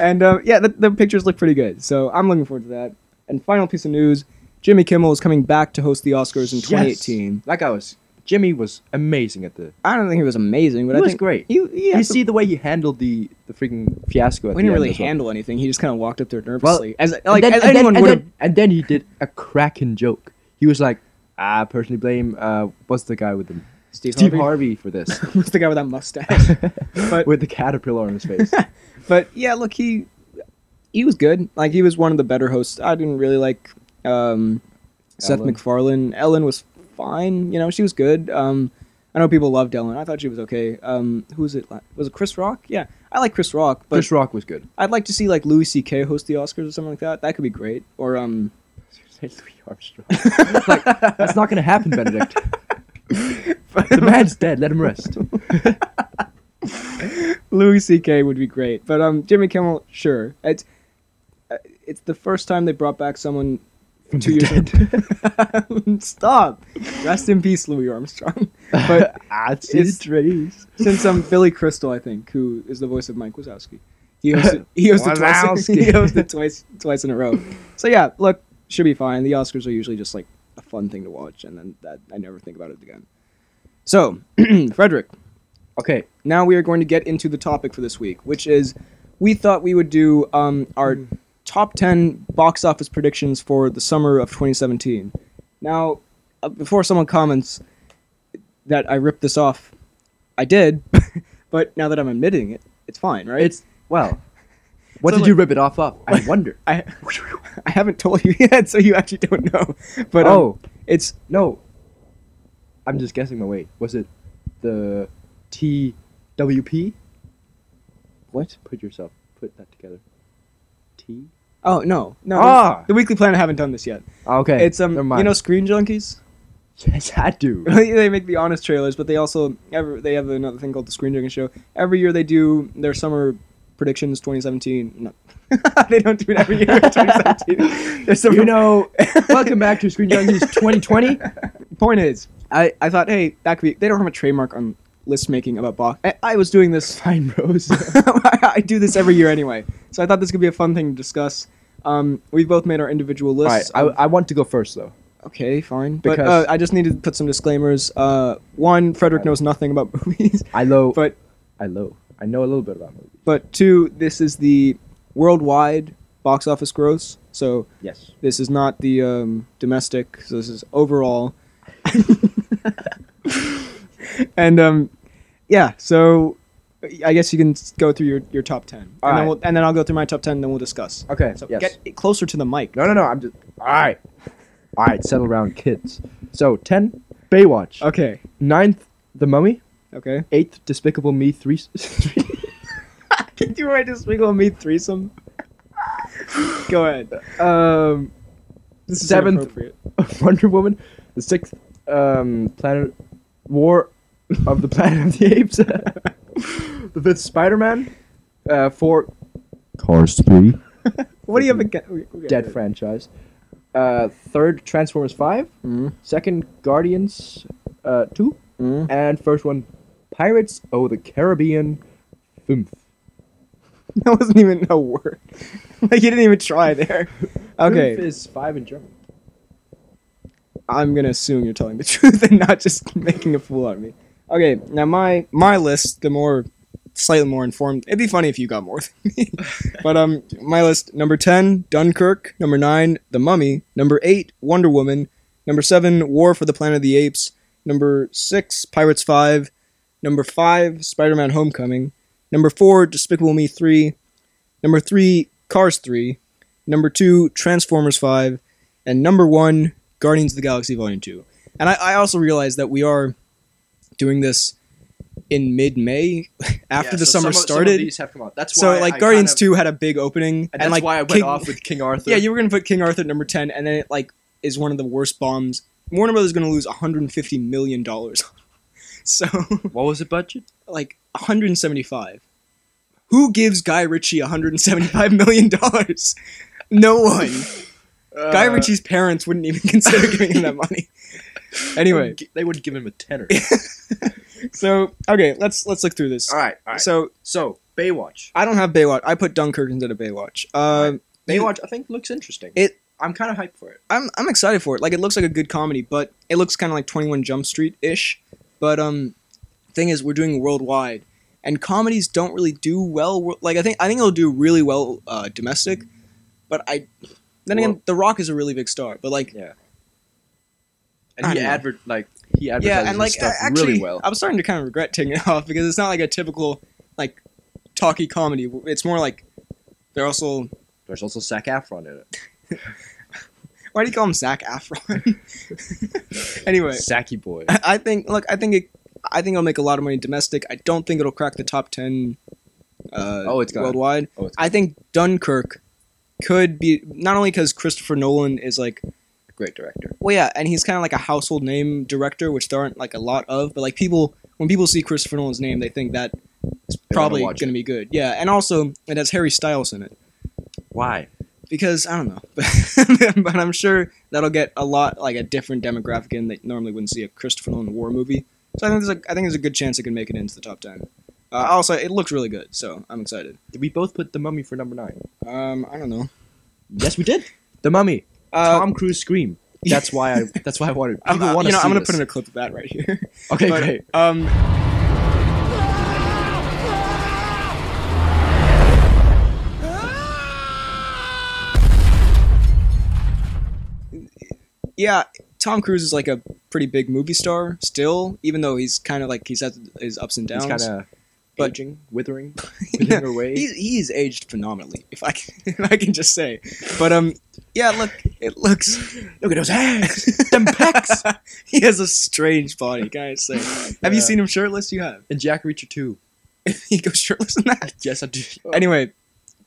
and um, yeah, the, the pictures look pretty good. So I'm looking forward to that. And final piece of news: Jimmy Kimmel is coming back to host the Oscars in 2018. Yes. That guy was. Jimmy was amazing at the. I don't think he was amazing, but He I was think great. He, he you had see the way he handled the the freaking fiasco. At we the didn't end really as well. handle anything. He just kind of walked up there nervously, Well, as And like then- as and then- anyone and would. have then- and then he did a cracking joke. He was like, "I personally blame uh, what's the guy with the Steve, Steve Harvey Harvey for this, was the guy with that mustache. but with the caterpillar on his face." but yeah, look, he he was good. Like he was one of the better hosts. I didn't really like um, Seth Ellen. MacFarlane. Ellen was fine. You know, she was good. Um, I know people loved Ellen. I thought she was okay. Um, who was it? la- Was it Chris Rock? Yeah, I like Chris Rock, but Chris Rock was good. I'd like to see like Louis C.K. host the Oscars or something like that. That could be great. Or um, Say Louis Armstrong. like, that's not gonna happen, Benedict. the man's dead. Let him rest. Louis C.K. would be great, but um, Jimmy Kimmel, sure. It's uh, it's the first time they brought back someone two years. ago. Stop. Rest in peace, Louis Armstrong. But I see It's- trees. since um, Billy Crystal, I think, who is the voice of Mike Wazowski, he hosted he hosted twice Wazowski. he hosted twice twice in a row. So yeah, look, should be fine. The Oscars are usually just like a fun thing to watch, and then that I never think about it again. So, Frederick, Okay, now we are going to get into the topic for this week, which is we thought we would do um, our Hmm. top 10 box office predictions for the summer of 2017. Now, uh, before someone comments, that I ripped this off. I did, but now that I'm admitting it, it's fine, right? It's well. What So, did you like- rip it off of? I wonder. I I haven't told you yet, so you actually don't know. But um, oh it's no. I'm just guessing my weight. Was it the T W P? What? Put yourself. Put that together. T. oh no no Ah! the, the Weekly Planet haven't done this yet. Ah, okay. It's um Never you mind. know Screen Junkies. Yes, I do. they make the honest trailers, but they also ever they have another thing called the Screen Junkies Show. Every year they do their summer predictions 2017. No. they don't do it every year. 2017. There's some you know, welcome back to Screen Junkies 2020. point is, I, I thought, hey, that could be. They don't have a trademark on list making about box. I, I was doing this. Fine, Rose. I, I do this every year anyway, so I thought this could be a fun thing to discuss. Um, we've both made our individual All right, lists. Oh, I, I want to go first though. okay, fine. But uh, Because- I just need to put some disclaimers. Uh, one, Frederick knows nothing about movies, I low, but I low. I know a little bit about movies. but two, this is the worldwide box office gross. So Yes. this is not the um, domestic. So this is overall. and um, yeah, so I guess you can s- go through your, your top ten, and then Alright. we'll, and then I'll go through my top ten, and then we'll discuss. Okay. So yes. get closer to the mic. no, no, no. I'm just. All right. All right. Settle around, kids. So ten, Baywatch. Okay. Ninth, The Mummy. Okay. Eighth, Despicable Me three. three Can you write this wiggle me threesome? go ahead. um, This is Seventh. inappropriate. Wonder Woman. The sixth, um, Planet War of the Planet of the Apes. the fifth, Spider Man. Uh, four, Cars three. What do you have against Dead franchise. Uh, third, Transformers five. Mm. Second, Guardians uh, two. Mm. And first one, Pirates of the Caribbean. Oomph. That wasn't even a word. like you didn't even try there. Oomph Okay. is five in German. I'm gonna assume you're telling the truth and not just making a fool out of me. Okay, now my my list, the more slightly more informed. It'd be funny if you got more than me. but um my list number 10 Dunkirk, number 9 The Mummy, number 8 Wonder Woman, number 7 War for the Planet of the Apes, number 6 Pirates 5, number 5 Spider-Man Homecoming, number 4 Despicable Me 3, number 3 Cars 3, number 2 Transformers 5, and number 1 Guardians of the Galaxy Volume 2. And I, I also realize that we are doing this in mid-May after the summer started. these have come out. That's So why like I Guardians kind of- Two had a big opening, and that's like why I went King- off with King Arthur. yeah, you were gonna put King Arthur at number ten, and then it like is one of the worst bombs. Warner Brothers is gonna lose 150 million dollars, so What was the budget? like 175. Who gives Guy Ritchie 175 million dollars? No one. Guy Uh, Ritchie's parents wouldn't even consider giving him that money. Anyway, they would give him a tenner. so okay, let's let's look through this. all right, all right. So, So Baywatch. I don't have Baywatch. I put Dunkirk instead of Baywatch. Uh, you- Baywatch, I think looks interesting. It- I'm kind of hyped for it. I'm I'm excited for it. Like it looks like a good comedy, but it looks kind of like 21 Jump Street ish. But um, thing is, we're doing worldwide, and comedies don't really do well. wor- Like I think I think it'll do really well uh, domestic, but I then again, Well- The Rock is a really big star. But like And I he don't know. advert like he advertises yeah, and like his stuff a- actually, really well. I'm starting to kind of regret taking it off because it's not like a typical like talky comedy. It's more like they're also There's also Zac Efron in it. why do you call him Zach Afron? anyway, Zacky boy. I I think. Look, I think it. I think it'll make a lot of money domestic. I don't think it'll crack the top ten. Uh, Oh, it's gone. worldwide. Oh, it's I think Dunkirk could be not only because Christopher Nolan is like, a great director. well, yeah, and he's kind of like a household name director, which there aren't like a lot of, but like people when people see Christopher Nolan's name, they think that it's They wanna probably going watch to be good. Yeah, and also it has Harry Styles in it Why? because I don't know, but, but I'm sure that'll get a lot like a different demographic in that normally wouldn't see a Christopher Nolan war movie. So I think there's a, I think there's a good chance it can make it into the top ten. Uh, also, it looks really good, so I'm excited. Did we both put The Mummy for number nine? Um, I don't know. Yes, we did. The Mummy. Uh, Tom Cruise scream. That's why I. That's why I wanted. I'm, People uh, want you know, I'm going gonna to put in a clip of that right here. Okay, But, great. Um, yeah, Tom Cruise is like a pretty big movie star still, even though he's kind of like he's had his ups and downs. He's kind of But- aging, withering, Yeah. withering away. He's, he's aged phenomenally, if I can, if I can just say. But um, yeah, look, it looks. Look at those abs, them pecs. he has a strange body, can I say? Have you God. seen him shirtless? You have. And Jack Reacher too. he goes shirtless in that. Yes, I do. Anyway,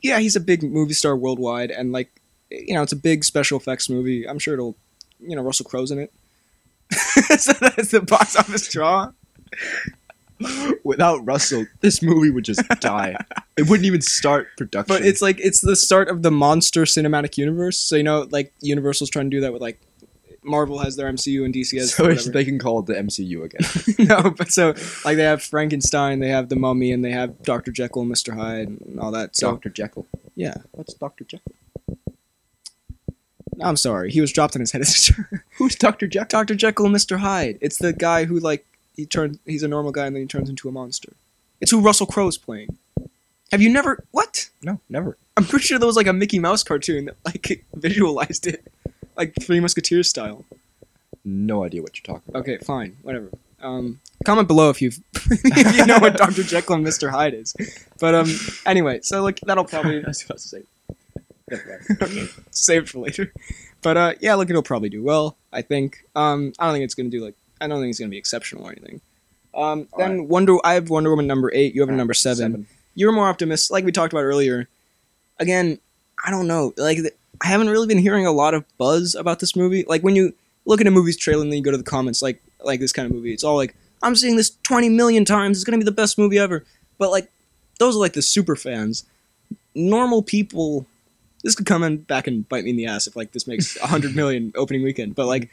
yeah, he's a big movie star worldwide, and like, you know, it's a big special effects movie. I'm sure it'll, you know, Russell Crowe's in it. so that's the box office draw. Without Russell, this movie would just die. it wouldn't even start production. But it's like it's the start of the monster cinematic universe. So you know, like Universal's trying to do that with like Marvel has their MCU and DC has so it's- whatever. they can call it the MCU again. no, but so like they have Frankenstein, they have the Mummy, and they have Doctor Jekyll and Mister Hyde and all that. So Doctor Jekyll. yeah, What's Doctor Jekyll? I'm sorry, he was dropped on his head. Who's Doctor Jekyll? Doctor Jekyll and Mister Hyde. It's the guy who like he turns he's a normal guy and then he turns into a monster. It's who Russell Crowe's playing. Have you never what? No, never. I'm pretty sure there was like a Mickey Mouse cartoon that like visualized it, like Three Musketeers style. No idea what you're talking about. Okay, fine, whatever. Um, comment below if you if you know what Doctor Jekyll and Mister Hyde is. But um, anyway, so like that'll probably I was about to say. saved for later. But uh, yeah, look, it'll probably do well. I think. Um, I don't think it's gonna do like. I don't think it's gonna be exceptional or anything. Um, then Wonder. I have Wonder Woman number eight. You have a number seven. You're more optimistic, like we talked about earlier. Again, I don't know. Like th- I haven't really been hearing a lot of buzz about this movie. Like when you look at a movie's trailer and then you go to the comments, like like this kind of movie, it's all like I'm seeing this 20 million times. It's gonna be the best movie ever. But like those are like the super fans. Normal people this could come in back and bite me in the ass if like this makes 100 million opening weekend but like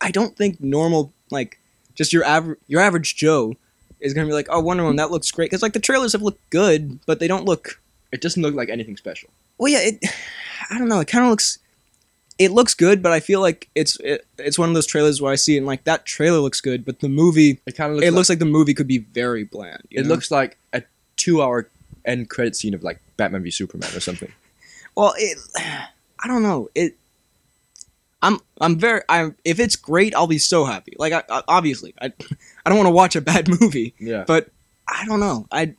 i don't think normal like just your average your average joe is gonna be like oh wonder woman that looks great because like the trailers have looked good but they don't look It doesn't look like anything special. well yeah it i don't know it kind of looks it looks good but i feel like it's it, it's one of those trailers where i see it and like that trailer looks good but the movie It kind of it looks like the movie could be very bland you It know? looks like a two-hour end credit scene of like Batman v Superman or something. Well, it, I don't know. It, I'm, I'm very. I if it's great, I'll be so happy. Like, I, I, obviously, I, I don't want to watch a bad movie, Yeah. but I don't know. I,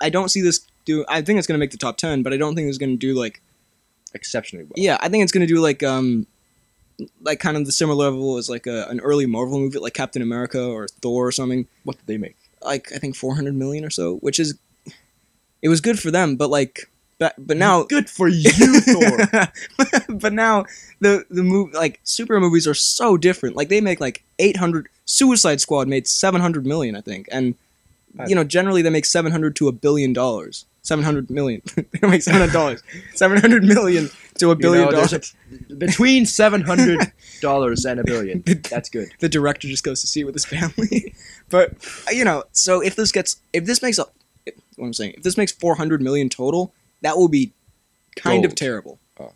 I don't see this do. I think it's gonna make the top ten, but I don't think it's gonna do like. Exceptionally well. Yeah, I think it's gonna do like um, like kind of the similar level as like a, an early Marvel movie, like Captain America or Thor or something What did they make? like I think 400 million or so, which is it was good for them, but like but, but now good for you, Thor. but now the the move like superhero movies are so different. Like they make like 800 Suicide Squad made 700 million, I think. And you know, generally they make 700 to a billion dollars. 700 million. they don't make 700 dollars. 700 million to a billion know, there's dollars. a- Between seven hundred dollars and a billion. That's good. the director just goes to see it with his family. but you know, so if this gets if this makes a what I'm saying, if this makes 400 million total, that will be kind of Gold. terrible. Oh.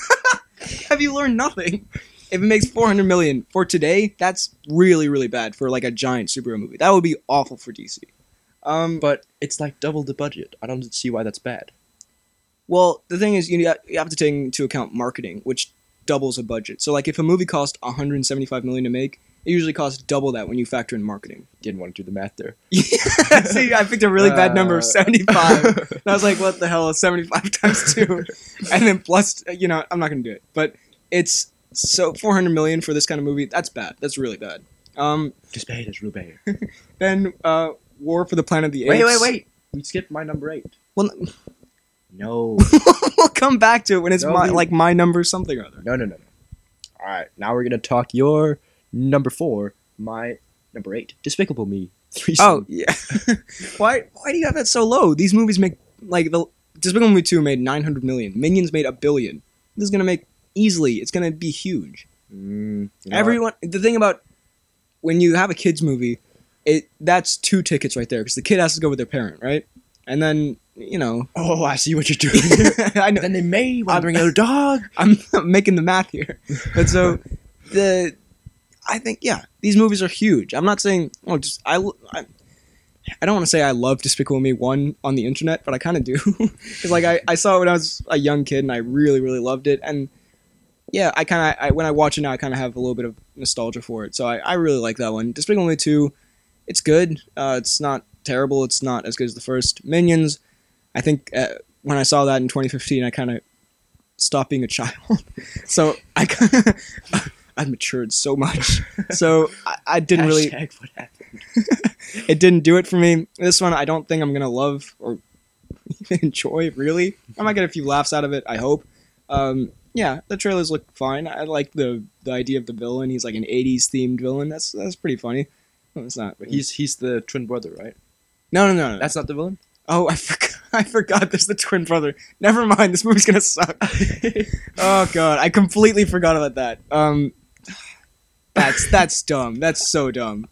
Have you learned nothing? If it makes 400 million for today, that's really really bad for like a giant superhero movie. That would be awful for DC. Um, But it's like double the budget. I don't see why that's bad. Well, the thing is, you know, you have to take into account marketing, which doubles a budget. So, like, if a movie cost 175 million to make, it usually costs double that when you factor in marketing. Didn't want to do the math there. See, I picked a really bad number, Uh, 75. and I was like, what the hell is 75 times 2? And then plus, you know, I'm not going to do it. But it's so 400 million for this kind of movie. That's bad. That's really bad. Um, Just pay it as Rubayer. then uh, War for the Planet of the Apes. Wait, wait, wait. We skipped my number eight. Well, No. we'll come back to it when it's No, my, we- like my number something or other. No, no, no, no. All right, now we're gonna talk your number four, my number eight, Despicable Me. Threesome. Oh yeah. why why do you have that so low? These movies make like the Despicable Me two made nine hundred million. Minions made a billion. This is gonna make easily. It's gonna be huge. Mm, you know Everyone. The thing about when you have a kids movie, it that's two tickets right there because the kid has to go with their parent, right? And then you know, what? Oh, I see what you're doing. I know then they may want I'm- to bring another dog. I'm making the math here. But so the I think yeah, these movies are huge. I'm not saying oh just I I, I don't want to say I love Despicable Me one on the internet, but I kind of do because like I I saw it when I was a young kid and I really really loved it and yeah, I kind of I, when I watch it now, I kind of have a little bit of nostalgia for it. So I, I really like that one. Despicable Me Two, it's good. Uh, it's not terrible. It's not as good as the first Minions. I think uh, when I saw that in 2015, I kind of stopped being a child. so I kind of I've matured so much. So I, I didn't really Hashtag what happened. it didn't do it for me. This one, I don't think I'm gonna love or even enjoy. Really, I might get a few laughs out of it. I hope. Um, yeah, the trailers look fine. I like the the idea of the villain. He's like an '80s themed villain. That's that's pretty funny. No, it's not. He's He's he's the twin brother, right? no, no, no, no. That's That's not the villain. oh, I forgot. I forgot. There's the twin brother. Never mind. This movie's gonna suck. oh god, I completely forgot about that. Um, that's that's dumb. That's so dumb.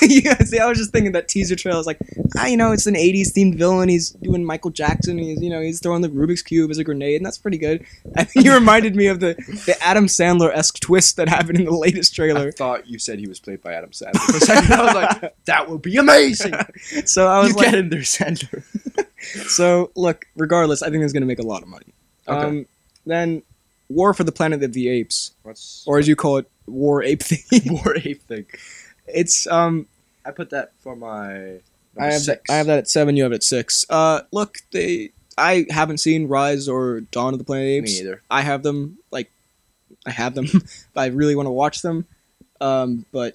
yeah, see, I was just thinking that teaser trailer. I was like, ah, you know, it's an '80s themed villain. He's doing Michael Jackson. and He's you know he's throwing the Rubik's cube as a grenade, and that's pretty good. I think you reminded me of the the Adam Sandler esque twist that happened in the latest I trailer. thought you said he was played by Adam Sandler. For a second, I was like, that would be amazing. So I was you like, get in there, Sandler. so look, regardless, I think it's gonna make a lot of money. Okay. Um, then War for the Planet of the Apes, What's or as you call it, War Ape Thing. War Ape thing? it's um I put that for my. I have I have that at seven. You have it at six. Uh, look, they I haven't seen Rise or Dawn of the Planet of the Me Apes. either. I have them. Like, I have them. but I really want to watch them. Um, but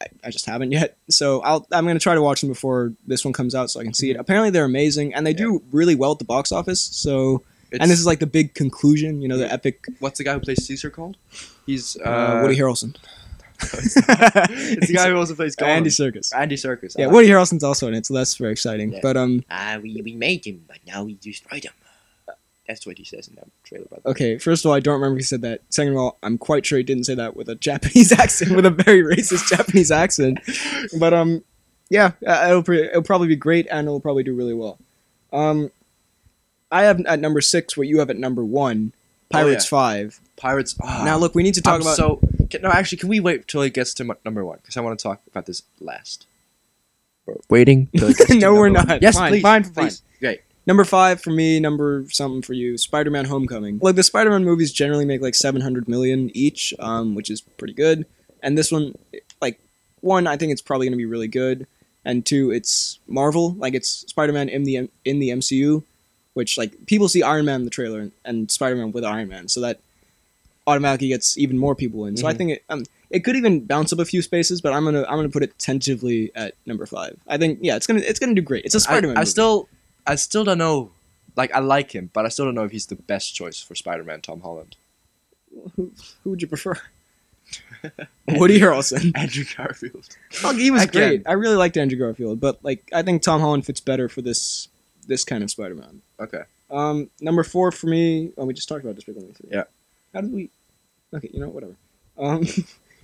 I, I just haven't yet. So I'll I'm gonna try to watch them before this one comes out, so I can Mm-hmm. see it. Apparently, they're amazing, and they do really well at the box office. So. and this is like the big conclusion, you know, the epic what's the guy who plays Caesar called? He's uh, uh, Woody Harrelson. It's the guy who also plays Gollum. Andy Circus. Andy Circus. Yeah, Woody Harrelson's also in it, so that's very exciting. Yeah. But um, Ah, we, we made him, but now we destroyed him. Uh, That's what he says in that trailer. By the way. Okay, first of all, I don't remember if he said that. Second of all, I'm quite sure he didn't say that with a Japanese accent, with a very racist Japanese accent. But um, yeah, uh, it'll pre- it'll probably be great, and it'll probably do really well. Um, I have at number six what you have at number one, Oh, yeah. Pirates Five. Pirates. ah, now look, we need to talk I'm about. So can, no, actually, can we wait till it gets to mu- number one? Because I want to talk about this last. Waiting. Till it gets to No, we're number not. Yes, Fine, please, fine, please. Great. Number five for me, number something for you, Spider Man Homecoming. Like the Spider Man movies generally make like 700 million each, um, which is pretty good. And this one, like, one, I think it's probably going to be really good. And two, it's Marvel. Like, it's Spider Man in the, in the MCU, which, like, people see Iron Man in the trailer and, and Spider Man with Iron Man. So that automatically gets even more people in. So I Mhm. think it. Um, it could even bounce up a few spaces, but I'm gonna I'm gonna put it tentatively at number five. I think yeah, it's gonna it's gonna do great. It's a Spider Man. I, I still, I still don't know. Like I like him, but I still don't know if he's the best choice for Spider-Man. Tom Holland. who, who would you prefer? Woody Harrelson. Andrew Garfield. Look, he was Again. great. I really liked Andrew Garfield, but like I think Tom Holland fits better for this this kind of Spider-Man. Okay. Um, number four for me. Oh, we just talked about Despicable Me Three. Yeah. How did we? Okay, you know whatever. Um,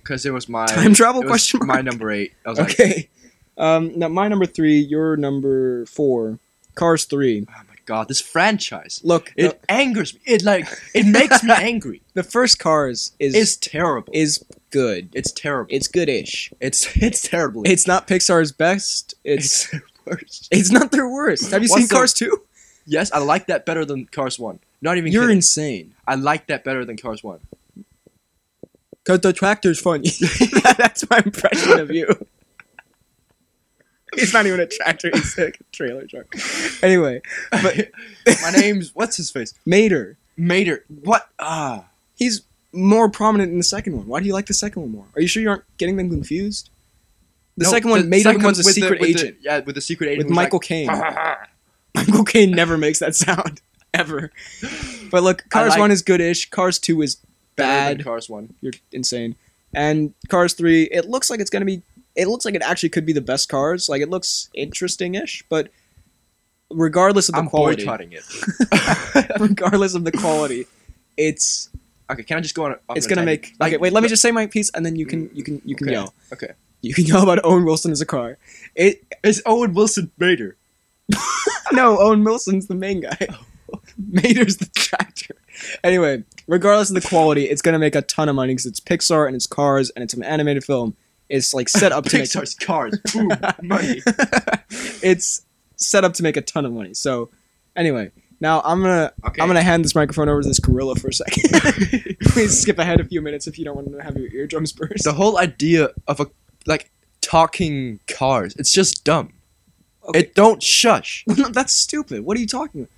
Because it was my Time travel it was question mark? My number eight. I was like, okay. Um, now my number three, your number four, Cars Three. oh my god, this franchise. Look, It angers me. It like it makes me angry. the, the first Cars is It's is, terrible. is good. it's terrible. It's good-ish. It's it's terrible. It's not Pixar's best. It's it's worse. it's not their worst. Have you What's seen the- Cars Two? Yes, I like that better than Cars One. Not even You're kidding. insane. I like that better than Cars One. Cause the tractor's funny. That's my impression of you. He's not even a tractor. He's like a trailer truck. Anyway, But my name's what's his face? Mater. Mater. What? Ah. He's more prominent in the second one. Why do you like the second one more? Are you sure you aren't getting them confused? The No, second one, Mater second becomes a one's with the- secret with the- agent yeah, with the secret agent with who's Michael like, "Ah." Caine. Michael Caine never makes that sound ever. But look, Cars like- one is good-ish. Cars two is better bad. than Cars One. you're insane. And Cars 3, it looks like it's going to be it looks like it actually could be the best Cars. Like it looks interesting-ish, but regardless of the I'm quality, boycotting it. regardless of the quality, it's Okay, can I just go on? a- on it's a going to tangent? make Okay, wait, let me just say my piece and then you can you can you can Okay. yell. Okay. You can yell about Owen Wilson as a car. It It's Owen Wilson Mater. no, Owen Wilson's the main guy. Oh. Mater's the tractor. Anyway, regardless of the quality, it's going to make a ton of money cuz it's Pixar and it's Cars and it's an animated film. It's like set up to make Pixar's Cars. Boom. Money. it's set up to make a ton of money. So, anyway, Now I'm gonna Okay. I'm gonna hand this microphone over to this gorilla for a second. Please skip ahead a few minutes if you don't want to have your eardrums burst. The whole idea of a like talking cars, it's just dumb. Okay. It don't shush. No, that's stupid. What are you talking? about?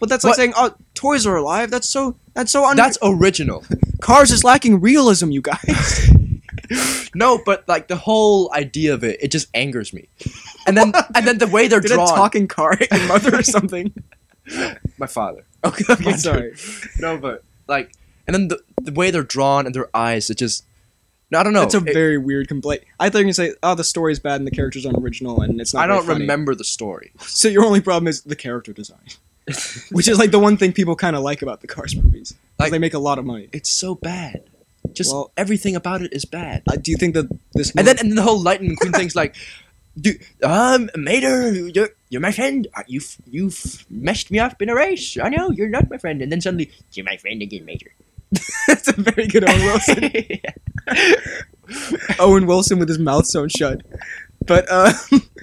But that's like What? saying, "Oh, toys are alive." That's so. That's so. Un- That's original. cars is lacking realism, you guys. No, but like the whole idea of it, it just angers me. And then and then the way they're Did drawn. a talking car hit your mother or something? my father. Okay, My I'm dude. sorry. No, but like and then the, the way they're drawn and their eyes, it just no, I don't know. That's a It- very weird complaint. I thought you were gonna say, "Oh, the story's bad and the characters aren't original and it's not." I very don't funny." remember the story. So your only problem is the character design, which is like the one thing people kind of like about the Cars movies. Like Like- they make a lot of money. It's so bad. Just Well- everything about it is bad. Uh, do you think that this? And then and then the whole Lightning McQueen thing's like, dude, um, Mater, you're, you're my friend. Uh, You've you've messed me up in a race. I know you're not my friend. And then suddenly you're my friend again, Mater. that's a very good Owen Wilson. Owen Wilson with his mouth sewn shut. But uh,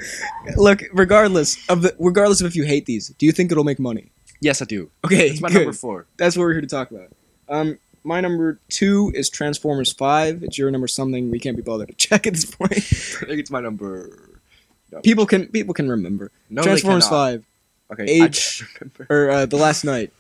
look, regardless of the, regardless of if you hate these, do you think it'll make money? yes, I do. Okay, It's my good. number four. That's what we're here to talk about. Um, my number two is Transformers Five. It's your number something. We can't be bothered to check at this point. I think it's my number. People can people can remember No, Transformers they cannot. Five Okay, I Age- just remember. or uh, the Last Night.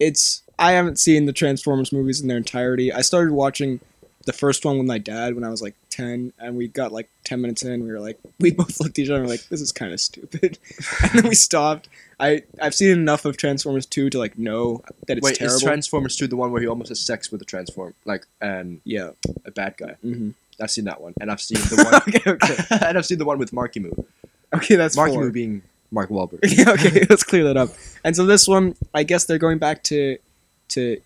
It's I haven't seen the Transformers movies in their entirety. I started watching the first one with my dad when I was like ten, and we got like ten minutes in. We were like, we both looked at each other and were like, this is kind of stupid, and then we stopped. I I've seen enough of Transformers two to like know that it's Wait, terrible. is Transformers 2 the one where he almost has sex with a transform, like um, yeah. a bad guy? mhm. I've seen that one, and I've seen the one, okay. Okay. and I've seen the one with Marky Moo. Okay. That's Marky four. Moo being Mark Wahlberg. Yeah, okay, let's clear that up. And so this one, I guess they're going back to to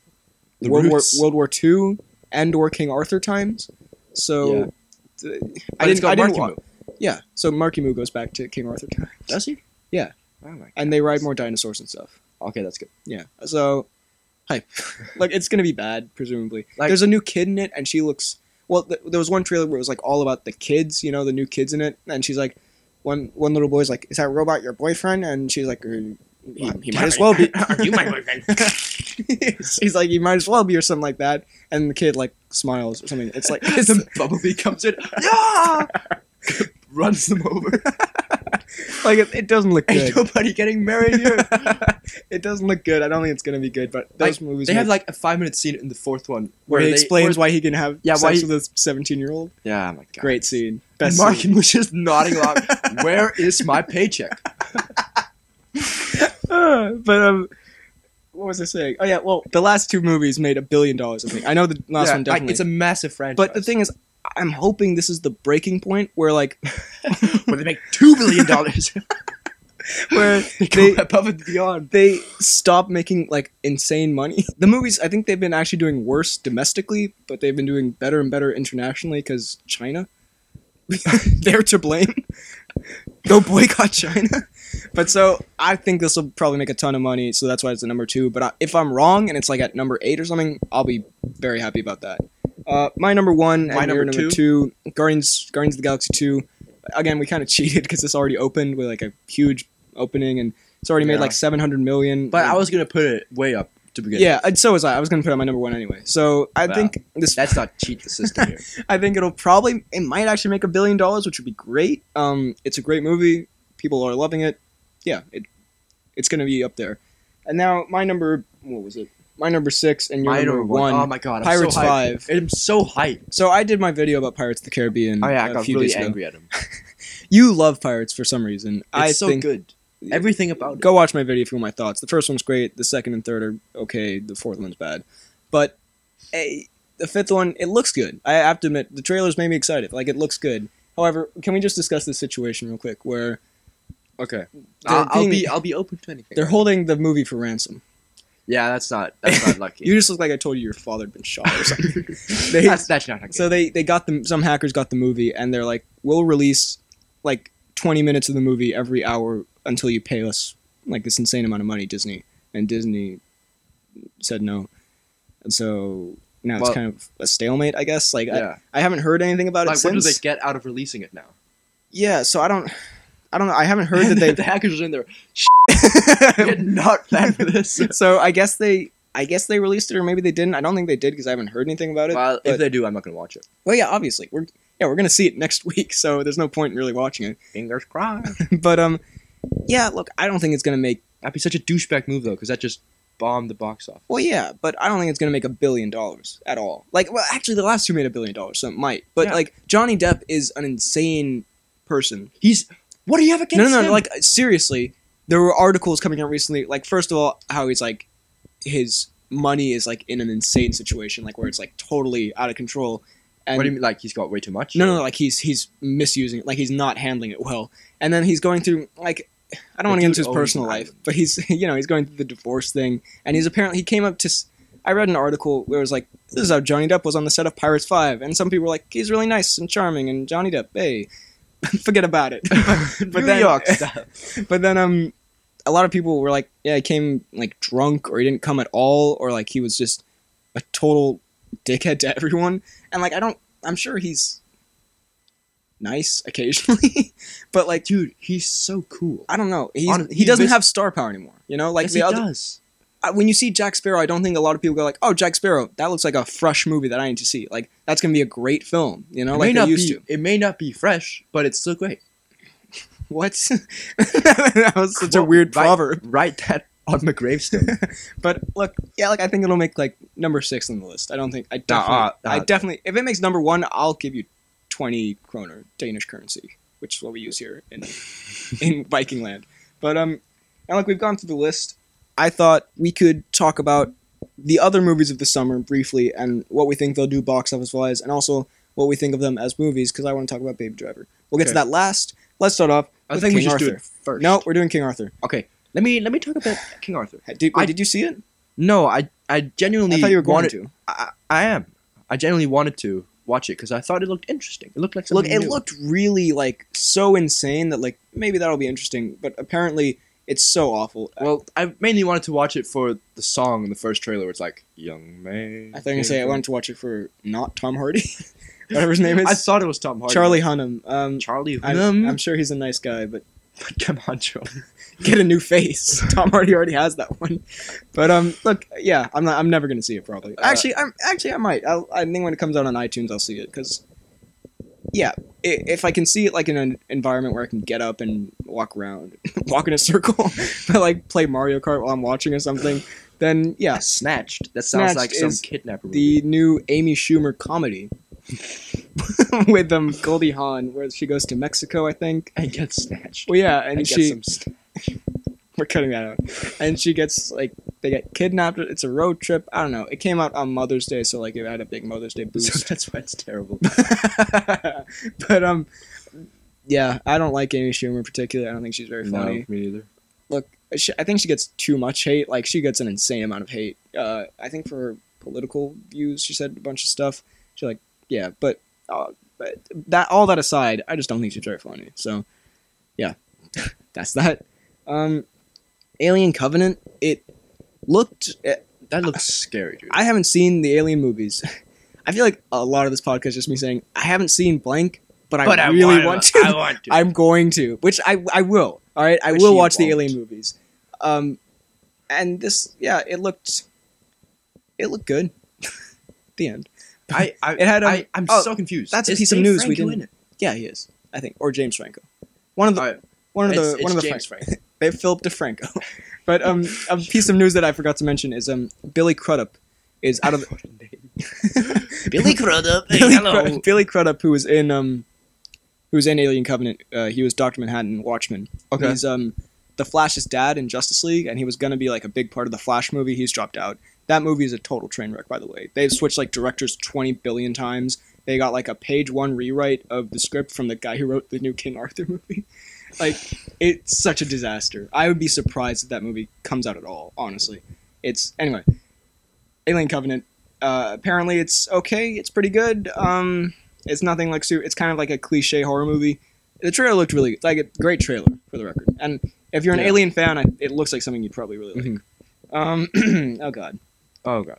The World roots. War World War Two and or King Arthur times. So th- I But it's didn't. I got didn't Marky wa- Moo. Yeah, so Marky Moo goes back to King Arthur times, Does he? Yeah. Oh my and they ride more dinosaurs and stuff. Okay, that's good. Yeah, so hype. like it's gonna be bad, presumably. Like- There's a new kid in it, and she looks. Well, th- there was one trailer where it was like all about the kids, you know, the new kids in it, and she's like, one one little boy's like, "Is that robot your boyfriend?" And she's like, "Er, "He, he might as well be." you my boyfriend? He's like, you might as well be or something like that. And the kid like smiles or something. It's like it's, the Bumblebee comes in, yeah, runs them over. like it, it doesn't look Ain't good. nobody getting married here. it doesn't look good. I don't think it's gonna be good. But those Like, movies they have make- like a five minute scene in the fourth one where he they- explains where- why he can have Yeah, sex why he- with a seventeen year old. Yeah, oh my god. Great scene. Best Mark scene. was just nodding along. Where is my paycheck? Uh, but um. What was I saying? Oh yeah, well, the last two movies made a billion dollars. I think I know the last Yeah, one definitely. Like, it's a massive franchise. but the thing is, I'm hoping this is the breaking point where like where they make two billion dollars, where they they go above and beyond. they stop making like insane money. The movies, I think they've been actually doing worse domestically, but they've been doing better and better internationally because China, they're to blame. Go boycott China. But so I think this will probably make a ton of money, so that's why it's the number two. But I, if I'm wrong and it's like at number eight or something, I'll be very happy about that. Uh, my number one, My and your number number two, Guardians, Guardians of the Galaxy two. Again, we kind of cheated because this already opened with like a huge opening, and it's already made Yeah. like 700 million. But Like, I was gonna put it way up to begin. yeah, and so was I. I was going to put it on my number one anyway. So I Wow. think this. that's not cheat the system here. I think it'll probably. It might actually make a billion dollars, which would be great. Um, it's a great movie. People are loving it. Yeah, it, it's going to be up there. And now my number. What was it? My number six and your My number, one. Oh my god, I'm Pirates so hyped. Five. I'm so hyped. So I did my video about Pirates of the Caribbean. Oh yeah, I a got few really days ago. angry at him. It's You love pirates for some reason. I so think good. Everything about it. go watch my video if you want my thoughts. The first one's great. The second and third are okay. The fourth one's bad, but eh, the fifth one it looks good. I have to admit the trailers made me excited. Like it looks good. However, can we just discuss this situation real quick where Okay, I'll- I'll, I'll be- be I'll be open to anything. they're holding the movie for ransom? yeah, that's not that's not lucky. You just look like I told you your father had been shot or something. They- that's, that's not lucky. so they they got them. Some hackers got the movie and they're like, we'll release like 20 minutes of the movie every hour until you pay us like this insane amount of money, Disney. And Disney said no. And so now it's Well- kind of a stalemate, I guess. Like yeah, I, I haven't heard anything about it like what do since. they get out of releasing it now? yeah, so I don't. I don't know. I haven't heard that they the hackers are in there. We did not plan for this. so I guess they I guess they released it or maybe they didn't. I don't think they did because I haven't heard anything about it. Well, but- if they do, I'm not going to watch it. well, yeah, obviously we're yeah we're gonna see it next week, so there's no point in really watching Fingers crossed. it. but um, yeah, look, I don't think it's gonna make That'd be such a douchebag move though, because that just bombed the box office. well, yeah, but I don't think it's gonna make a billion dollars at all. Like, well, actually, the last two made a billion dollars, so it might. But Yeah. like Johnny Depp is an insane person. He's what do you have against no, no, no. him? Like seriously, there were articles coming out recently. Like first of all, how he's like his money is like in an insane situation, like where it's like totally out of control. And what do you mean? Like he's got way too much? no, no, like he's he's misusing it, like he's not handling it well. And then he's going through like I The don't want to get into dude his owns personal an life, island. but he's you know he's going through the divorce thing, and he's apparently he came up to. s- I read an article where it was like, "This is how Johnny Depp was on the set of Pirates 5. and some people were like, "He's really nice and charming," and Johnny Depp, hey, forget about it. but New then- York style. but then um a lot of people were like yeah he came like drunk or he didn't come at all or like he was just a total dickhead to everyone and like i don't i'm sure he's nice occasionally but like dude, he's so cool. i don't know he's, Hon- he he doesn't mis- have star power anymore you know like yes, the he other does. I, when you see jack sparrow i don't think a lot of people go like oh jack sparrow that looks like a fresh movie that i need to see like that's gonna be a great film you know It like may they not used be. to It may not be fresh, but it's still great. what that was such a Well, weird right- proverb Write that on my gravestone. But look, yeah, like I think it'll make like number six on the list. I don't think I definitely, uh, I uh, definitely, if it makes number one, I'll give you twenty kroner Danish currency, which is what we use here in in Viking land. But um, now like we've gone through the list, I thought we could talk about the other movies of the summer briefly and what we think they'll do box office wise, and also what we think of them as movies because I want to talk about Baby Driver. We'll get to Okay. that last. Let's start off. I with think we King should do Arthur. it first. No, we're doing King Arthur. Okay. Let me let me talk about King Arthur. Did, wait, I- did you see it? No, I I genuinely I thought you were going wanted, to. I, I am. I genuinely wanted to watch it because I thought it looked interesting. It looked like Look, something it new. looked really like so insane that like maybe that'll be interesting, but apparently it's so awful. Well, I mainly wanted to watch it for the song in the first trailer. Where it's like young man. I think I say I wanted to watch it for not Tom Hardy, whatever his name is, I thought it was Tom Hardy. Charlie Hunnam. Um, Charlie. I'm, Hunnam. I'm sure he's a nice guy, but Come on, Charlie. get a new face. Tom Hardy already has that one. But um, look, yeah, I'm not. I'm never gonna see it probably. Uh, actually, I'm actually I might. I'll, I think when it comes out on iTunes, I'll see it because, yeah, i- if I can see it like in an environment where I can get up and walk around, walk in a circle, but like play Mario Kart while I'm watching or something, then yeah, Uh, Snatched. That sounds Snatched like some is kidnapper. movie. the new Amy Schumer comedy. with um Goldie Hawn, where she goes to Mexico, I think. I get snatched. Well, yeah, I and get she some sn- we're cutting that out. And she gets like they get kidnapped. It's a road trip. I don't know. It came out on Mother's Day, so like it had a big Mother's Day so boost. that's why it's terrible. but um, yeah, I don't like Amy Schumer in particular. I don't think she's very no, funny. me neither. Look, she, I think she gets too much hate. Like she gets an insane amount of hate. Uh, I think for her political views, she said a bunch of stuff. She like yeah, but uh, but that all that aside, I just don't think she's very funny. So yeah, that's that. Um, Alien Covenant. It looked. That looks scary, dude. I haven't seen the Alien movies. I feel like a lot of this podcast is just me saying I haven't seen blank, but I really want to. I want to. I'm going to, which I I will. All right, I Which will you watch the won't. Alien movies. Um, and this, yeah, it looked, it looked good. the end. I, I, It had, um, I, I'm oh, so confused. that's a Is piece of Dave news we Franco didn't- in it? Yeah, he is. I think, or James Franco, one of the All right. one of the It's- one of it's the James Frank- Franco. They have Philip DeFranco. but um, a piece of news that I forgot to mention is um, Billy Crudup is out of the, Billy Crudup. Billy, Crudup, Billy Crudup, who was in um, who was in Alien Covenant. Uh, he was Doctor Manhattan, in Watchmen. Okay. He's um, the Flash's dad in Justice League, and he was gonna be like a big part of the Flash movie. He's dropped out. That movie is a total train wreck, by the way. They've switched like directors twenty billion times. They got like a page one rewrite of the script from the guy who wrote the new King Arthur movie. Like, it's such a disaster. I would be surprised if that movie comes out at all. Honestly, it's anyway. Alien Covenant uh, apparently it's okay. It's pretty good. Um, it's nothing like su- it's kind of like a cliche horror movie. The trailer looked really like a great trailer for the record. And if you're an Yeah. Mm-hmm. Alien fan, I, it looks like something you'd probably really like. Um, oh god, Oh god.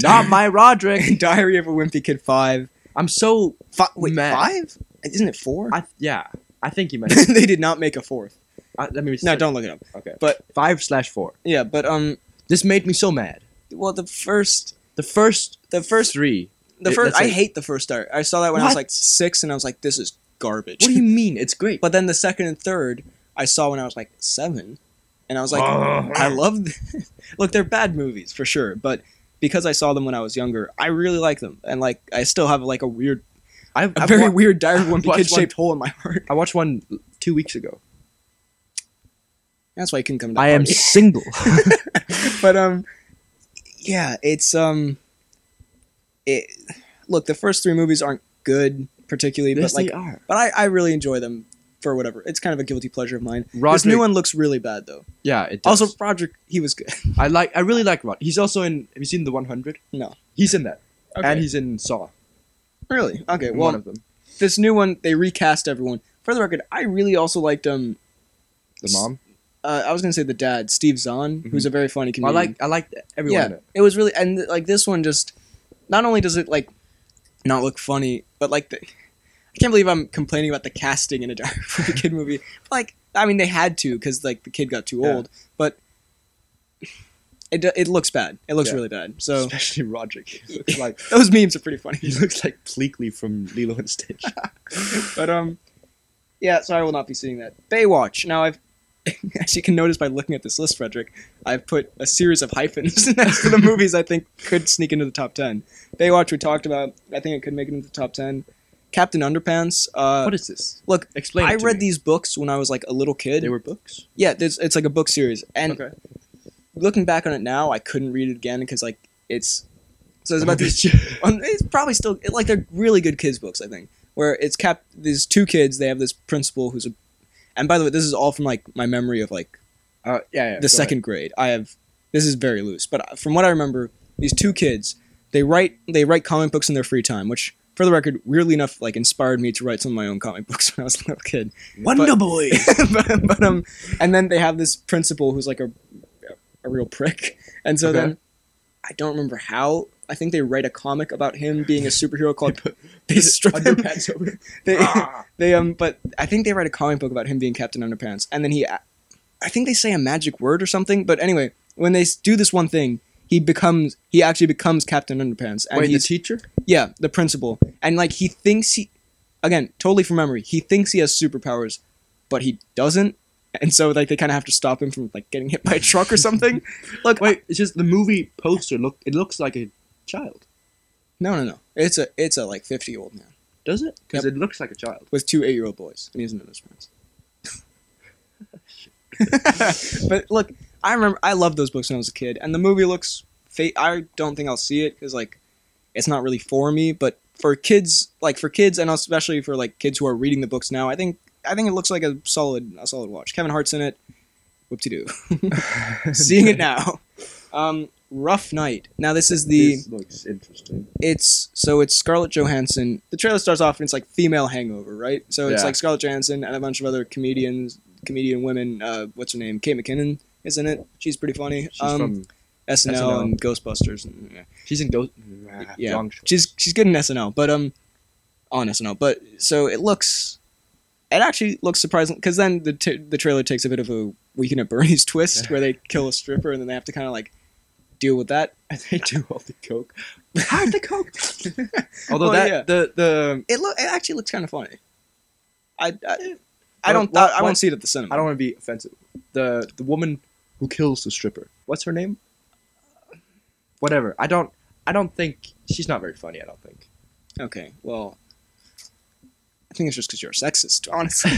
Not my Roderick. Diary of a Wimpy Kid five. I'm so Fi- wait, Matt. five? Isn't it four? I yeah. I think you meant. they did not make a fourth. I, let me. No, don't look it up. Okay. But Five slash four. yeah, but um, This made me so mad. well, the first, The first, the first, three. the it- first. that's I like- hate the first start. I saw that when I was What? like six, and I was like, this is garbage. What do you mean? It's great. But then the second and third, I saw when I was like seven, and I was Oh, like, I love. th- Look, they're bad movies for sure, but because I saw them when I was younger, I really like them, and like I still have like a weird, I've, a I've very wa- weird Diary of a Wimpy Kid watched shaped hole in my heart. I watched one two weeks ago. That's why you couldn't come. To I am party. single. but um, yeah, it's um, it. Look, the first three movies aren't good particularly, Yes, but like, they are. but I, I really enjoy them for whatever. It's kind of a guilty pleasure of mine. This Roderick- new one looks really bad though. Yeah, it does. Also, Roderick, he was good. I like. I really like Rod. He's also in. Have you seen the One Hundred? No. He's in that, Okay. and he's in Saw. Really? Okay. in Well, one of them. this new one they recast everyone. For the record, I really also liked um. The mom. Uh, I was gonna say the dad, Steve Zahn, who's a very funny Mm-hmm. I comedian. like. I like everyone yeah, in it. it was really and like this one just not only does it like not look funny, but like the, I can't believe I'm complaining about the casting in a Diary for the Kid movie. Like I mean, they had to because like the kid got too Yeah. old, but it do- it looks bad. It looks Yeah. really bad. So Especially Roderick. He looks like those memes are pretty funny. he looks like Pleakley from Lilo and Stitch. Uh, But um, yeah. So I will not be seeing that. Baywatch. Now I've, as you can notice by looking at this list, Frederick, I've put a series of hyphens next to the movies I think could sneak into the top ten. Baywatch we talked about. I think it could make it into the top ten. Captain Underpants. Uh, what is this? look? Explain. I it to read me. these books when I was like a little kid. They were books. yeah, there's, it's like a book series, and Okay. looking back on it now, I couldn't read it again because like it's so it's about these. um, It's probably still it- like they're really good kids books. I think where it's cap these two kids. They have this principal who's a, and by the way, this is all from like my memory of like Uh, yeah, yeah. the second grade. I have this is very loose, but uh, from what I remember, these two kids they write they write comic books in their free time, which for the record, weirdly enough, like inspired me to write some of my own comic books when I was a little kid. Wonder Boy. but, but, um, and then they have this principal who's like a a real prick, and so Okay. then I don't remember how. I think they write a comic about him being a superhero called. they strip him. underpants over. They, Ah. they um, but I think they write a comic book about him being Captain Underpants, and then he, a- I think they say a magic word or something. But anyway, when they s- do this one thing, he becomes he actually becomes Captain Underpants, and Wait, the he's teacher? yeah, the principal. And like he thinks he again, totally from memory, he thinks he has superpowers, but he doesn't. And so like they kind of have to stop him from like getting hit by a truck or something. Look, Wait, it's just the movie poster. Look, it looks like a child. no, no, no. It's a it's a like 50-year-old man Does it? Because Yep. it looks like a child. with two 8-year-old boys and he doesn't know his friends. but look, I remember I loved those books when I was a kid and the movie looks fa- I don't think I'll see it cuz like it's not really for me, but for kids, like for kids, and especially for like kids who are reading the books now, I think I think it looks like a solid a solid watch. Kevin Hart's in it. Whoop to do. Seeing it now. Um, Rough Night. Now this is the This looks interesting. it's so it's Scarlett Johansson. The trailer starts off and it's like female hangover, right? So it's Yeah. like Scarlett Johansson and a bunch of other comedians, comedian women. Uh, what's her name? Kate McKinnon, isn't it? She's pretty funny. She's um, from. SNL, SNL. and Ghostbusters. And, yeah. She's in Ghost. yeah. Wrong choice. She's she's good in SNL, but um, on SNL, but so it looks, it actually looks surprising because then the t- the trailer takes a bit of a Weekend at Bernie's twist where they kill a stripper and then they have to kind of like deal with that. And they do all the coke. Oh, Hard the coke. Although Well, that yeah. the the It look it actually looks kind of funny. I Eh, I, I Well, don't well, I, I well, won't see it at the cinema. I don't want to be offensive. The the woman who kills the stripper. What's her name? Whatever. I don't. I don't think she's not very funny. I don't think. Okay, well, I think it's just because you're a sexist, honestly.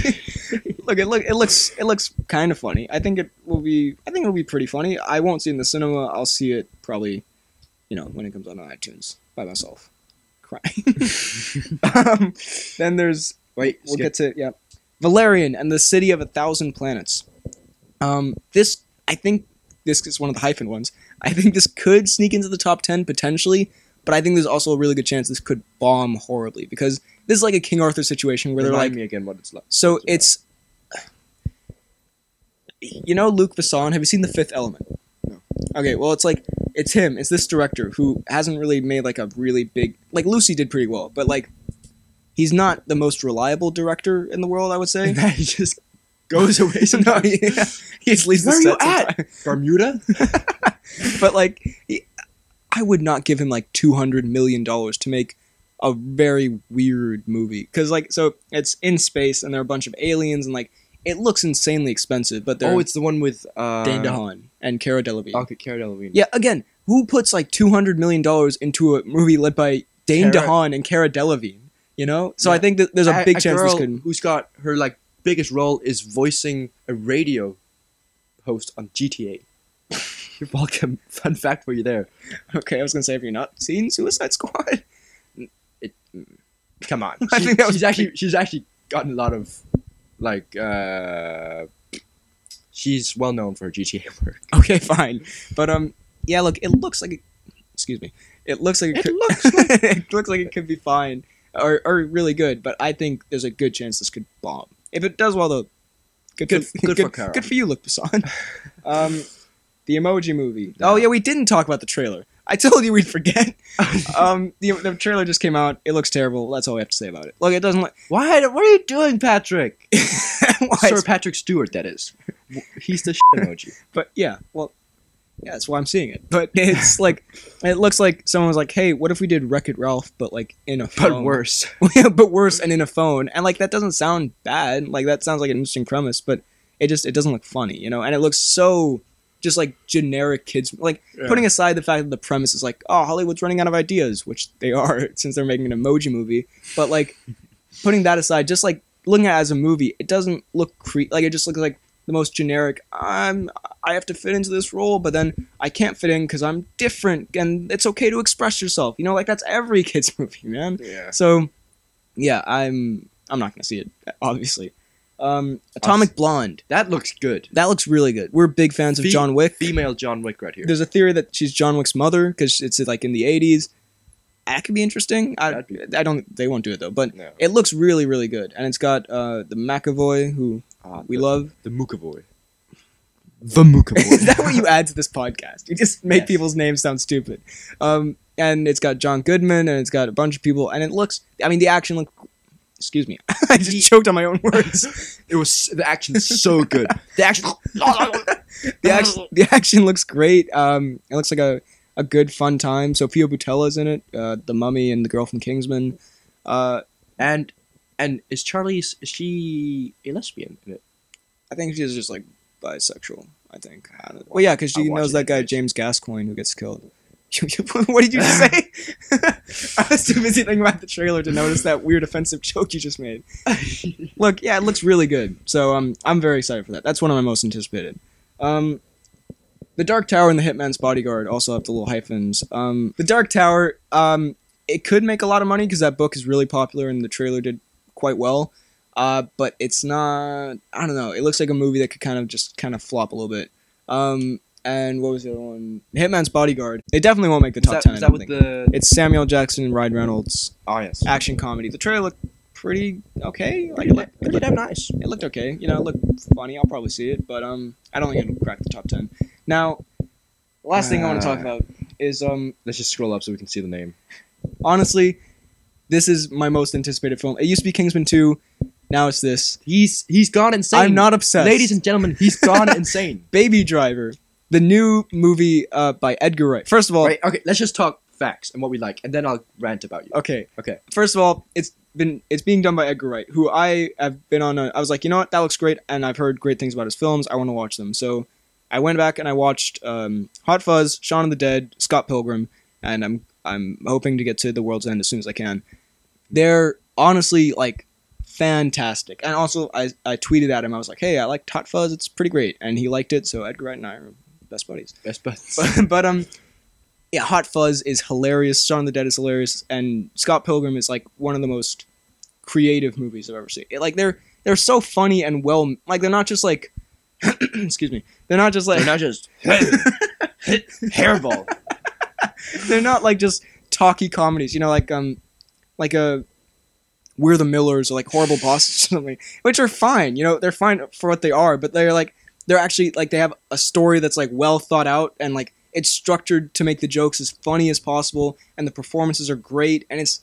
look, it look it looks it looks kind of funny. I think it will be. I think it'll be pretty funny. I won't see it in the cinema. I'll see it probably, you know, when it comes out on iTunes by myself, crying. um, then there's Wait. we'll get to yeah, Valerian and the City of a Thousand Planets. Um, this I think this is one of the hyphen ones. I think this could sneak into the top ten potentially, but I think there's also a really good chance this could bomb horribly because this is like a King Arthur situation where Remind they're like, me again what it's like. so about. it's you know Luke Besson. Have you seen The Fifth Element? No. Okay, well it's like it's him. It's this director who hasn't really made like a really big like Lucy did pretty well, but like he's not the most reliable director in the world, I would say. and that he just goes away. no, Sometimes. yeah. he just leaves Where the are you set sometimes. Bermuda. but like he- i would not give him like 200 million dollars to make a very weird movie because like so it's in space and there are a bunch of aliens and like it looks insanely expensive but they're Oh, it's the one with uh, Dane DeHaan and Cara Delevingne. Okay, Cara Delevingne. Yeah, again, who puts like 200 million dollars into a movie led by Dane Cara- DeHaan and Cara Delevingne, you know? So I Yeah. think that there's a big chance girl this could who's got her like biggest role is voicing a radio host on GTA. You're welcome. Fun fact for you there. Okay, I was going to say have you not seen Suicide Squad? Come on. I She- think that was she's actually she's actually gotten a lot of like uh she's well known for her GTA work. Okay, fine. But um yeah, look, it looks like it, excuse me. It looks like it, could, looks like it looks like it could be fine or or really good, but I think there's a good chance this could bomb. If it does well though, good Good- for, good for Cara. good for you, Luke Besson. um the Emoji Movie. Oh yeah, we didn't talk about the trailer. I told you we'd forget. um, the, the trailer just came out. It looks terrible. That's all we have to say about it. Look, it doesn't look. Why what are you doing, Patrick? Why Sir it's- Patrick Stewart, that is. He's the shit emoji. but yeah, well, yeah, that's why I'm seeing it. But it's like, it looks like someone was like, "Hey, what if we did Wreck It Ralph, but like in a But phone? worse. Yeah, but worse, and in a phone?" And like that doesn't sound bad. Like that sounds like an interesting premise, but it just it doesn't look funny, you know. And it looks so just like generic kids. Like Yeah. putting aside the fact that the premise is like, "Oh, Hollywood's running out of ideas," which they are since they're making an emoji movie. But like putting that aside, just like looking at it as a movie, it doesn't look cre- like it just looks like the most generic. I'm I have to fit into this role, but then I can't fit in because I'm different, and it's okay to express yourself. You know, like that's every kids movie, man. Yeah. So yeah, I'm I'm not gonna see it obviously. Um, Atomic Blonde That looks good. that looks really good. We're big fans of Fe- John Wick. Female John Wick right here. There's a theory that she's John Wick's mother because it's like in the 80s. That could be interesting. I, That'd be- I don't. They won't do it though. But No. it looks really, really good, and it's got uh, the McAvoy who Ah, we the- love. the Mukavoy. The Is Mookaboy. that what you add to this podcast? You just make Yes. people's names sound stupid. Um, and it's got John Goodman, and it's got a bunch of people, and it looks. I mean, the action look. Excuse me, I just choked on my own words. It was the action's so good. The action. the Um, action, the action looks great. Um, it looks like a, a good fun time. Sofia Butella's in it, uh, the Mummy, and the girl from Kingsman. Uh, and and is Charlie? Is she a lesbian? In it? I think she's just like bisexual. I think. I don't- Well, yeah, because she I'll watch knows it that guy anyways. James Gascoigne who gets killed. what did you just say? I was too busy thinking about the trailer to notice that weird offensive joke you just made. Look, yeah, it looks really good. So um, I'm very excited for that. That's one of my most anticipated. Um, the Dark Tower and the Hitman's Bodyguard also have the little hyphens. Um, the Dark Tower, um, it could make a lot of money because that book is really popular and the trailer did quite well. Uh, but it's not. I don't know. It looks like a movie that could kind of just kind of flop a little bit. Um, and what was the other one? Hitman's Bodyguard. They definitely won't make the Is top that, ten. is I that don't with think. the? It's Samuel Jackson and Ryan Reynolds Oh yes. action comedy. The trailer looked pretty okay. Like Pretty, it looked, it pretty looked, damn nice. it looked okay. You know, it looked funny. I'll probably see it, but um, I don't think it'll crack the top ten. Now, the last thing I want to talk Uh. about is um, Let's just scroll up so we can see the name. honestly, this is my most anticipated film. It used to be Kingsman two, now it's this. He's he's gone insane. I'm not obsessed, Ladies and gentlemen, he's gone insane. Baby Driver, the new movie uh, by Edgar Wright. First of all, Right. Okay. Let's just talk facts and what we like, and then I'll rant about you. okay, Okay. First of all, it's been it's being done by Edgar Wright, who I have been on. A, I was like, you know what, that looks great, and I've heard great things about his films. I want to watch them. So I went back and I watched um, Hot Fuzz, Shaun of the Dead, Scott Pilgrim, and I'm I'm hoping to get to The World's End as soon as I can. They're honestly like fantastic, and also I I tweeted at him. I was like, hey, I liked Hot Fuzz. It's pretty great, and he liked it. So Edgar Wright and I are best buddies Best but but, but um yeah hot fuzz is hilarious shaun of the dead is hilarious and scott pilgrim is like one of the most creative movies i've ever seen It- like they're they're so funny and well like they're not just like excuse me they're not just like They're not just hairball. they're not like just talky comedies, you know, like um, like a We're the Millers or like Horrible Bosses or something, which are fine, you know, they're fine for what they are, but they're like they're actually like they have a story that's like well thought out and like it's structured to make the jokes as funny as possible, and the performances are great, and it's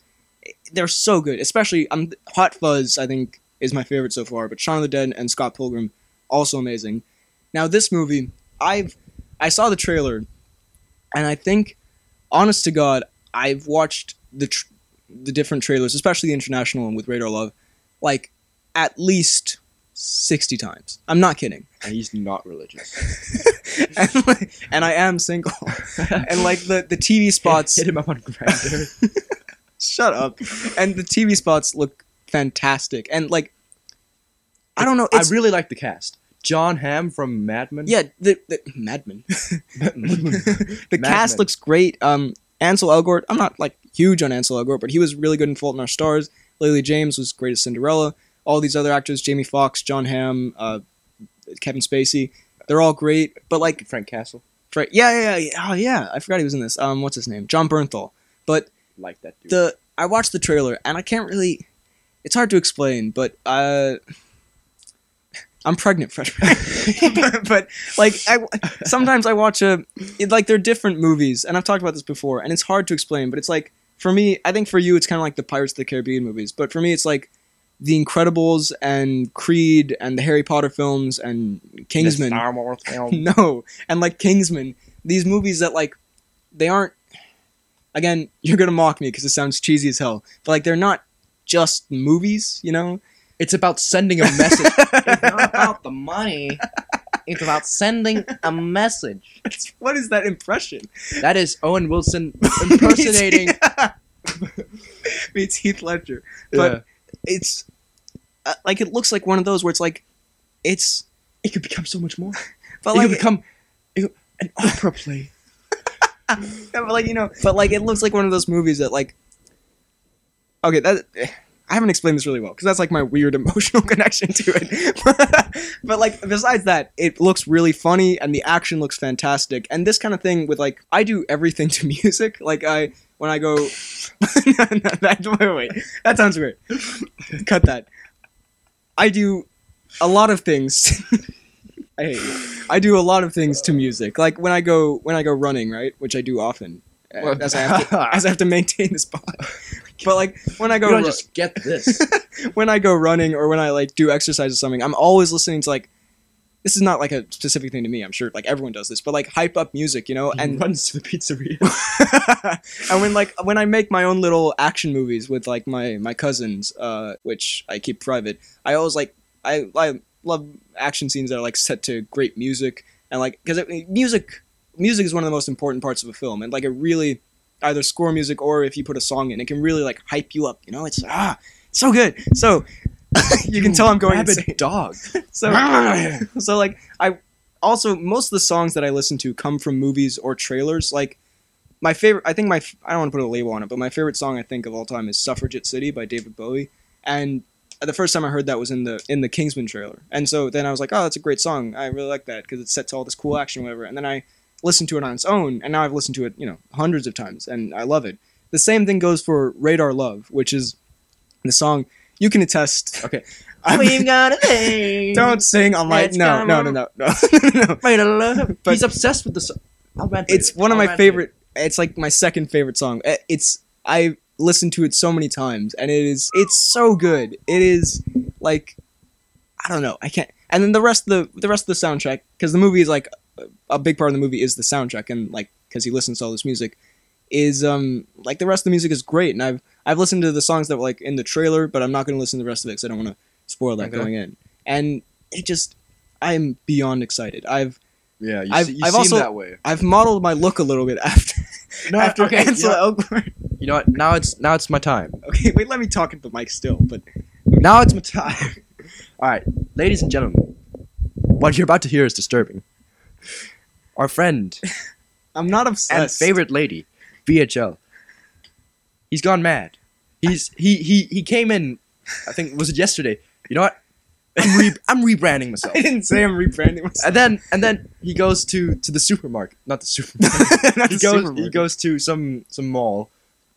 they're so good. Especially um, Hot Fuzz, I think, is my favorite so far. But Shaun of the Dead and Scott Pilgrim, also amazing. Now this movie, I've I saw the trailer, and I think, honest to God, I've watched the tr- the different trailers, especially the international one with Radar Love, like at least sixty times. I'm not kidding. And he's not religious. and, like, and I am single. and like the the TV spots. Hit him up on Grindr. Shut up. And the TV spots look fantastic. And like, I don't know. I It's, really like the cast. John Hamm from Mad Men. yeah, the, the Madman. the Mad cast Men. looks great. Um, Ansel Elgort. I'm not like huge on Ansel Elgort, but he was really good in Fault in Our Stars. Lily James was great as Cinderella. All these other actors, Jamie Foxx, John Hamm, uh, Kevin Spacey, they're all great. But like, Frank Castle. Fra- yeah, yeah, yeah, yeah. Oh, yeah. I forgot he was in this. Um, what's his name? John Bernthal. But Like that dude. the I watched the trailer and I can't really. It's hard to explain, but uh, I'm pregnant, freshman. but, but like, I sometimes I watch a it, like they're different movies, and I've talked about this before, and it's hard to explain. But it's like for me, I think for you, it's kind of like the Pirates of the Caribbean movies, but for me, it's like the Incredibles and Creed and the Harry Potter films and Kingsman. Star Wars film. No, and like Kingsman, these movies that like they aren't. Again, you're gonna mock me because it sounds cheesy as hell, but like they're not just movies, you know. it's about sending a message. It's not about the money. It's about sending a message. It's- what is that impression? that is Owen Wilson impersonating. Meets Heath Ledger, but it's uh, like it looks like one of those where it's like it's. it could become so much more. But it like, could become it- an opera play. Yeah, but like you know, but like it looks like one of those movies that like. Okay, that I haven't explained this really well because that's like my weird emotional connection to it. but like besides that, it looks really funny and the action looks fantastic. And this kind of thing with like I do everything to music. Like I when I go, no, no, that, wait, wait, that sounds weird. Cut that. I do a lot of things. I hate you. I do a lot of things to music. Like when I go when I go running, right, which I do often. uh, As I, have to, as I have to maintain this spot. But like when I go You don't ru- just get this. when I go running or when I like do exercise or something, I'm always listening to like this is not like a specific thing to me. I'm sure like everyone does this, but like hype up music, you know. and And runs to the pizzeria. and when like when I make my own little action movies with like my my cousins, uh, which I keep private, I always like I I love action scenes that are like set to great music and like because music music is one of the most important parts of a film and like it really either score music or if you put a song in it can really like hype you up you know it's ah so good so you can tell i'm going Rabid insane. dog. so so like I also most of the songs that I listen to come from movies or trailers. Like my favorite, I think my f- I don't want to put a label on it, but my favorite song I think of all time is "Suffragette City" by David Bowie. And the first time I heard that was in the in the Kingsman trailer, and so then I was like, oh, that's a great song. I really like that because it's set to all this cool action, or whatever. And then I listened to it on its own, and now I've listened to it, you know, hundreds of times, and I love it. The same thing goes for "Radar Love," which is the song you can attest. Okay. We've got a thing. Don't sing on my It's no, no, no, gonna- no, no, no, no. Wait a little. But- He's obsessed with the. so- I'll rent it. It's one of I'll my rent it. favorite. It's like my second favorite song. Eh, It's I listened to it so many times, and it is it's so good. It is like I don't know. I can't. And then the rest of the the rest of the soundtrack because the movie is like a big part of the movie is the soundtrack, and like because he listens to all this music is um like the rest of the music is great, and I've I've listened to the songs that were like in the trailer, but I'm not going to listen to the rest of it because I don't want to spoil that Okay. going in. And it just I'm beyond excited. I've Yeah, you, I've- see, you I've seem also- that way. I've modeled my look a little bit after No, after okay, Ansel you know, Elgort. you know what? Now it's now it's my time. Okay, wait, let me talk at the mic still, but Now it's my time. All right, ladies and gentlemen, what you're about to hear is disturbing. Our friend I'm not and obsessed. favorite lady, VHL. He's gone mad. He's he he he came in. I think was it yesterday. You know what? I'm, re- I'm rebranding myself. I didn't say I'm rebranding myself. And then and then he goes to to the supermarket, not the supermarket. Not he the goes he supermarket. goes to some some mall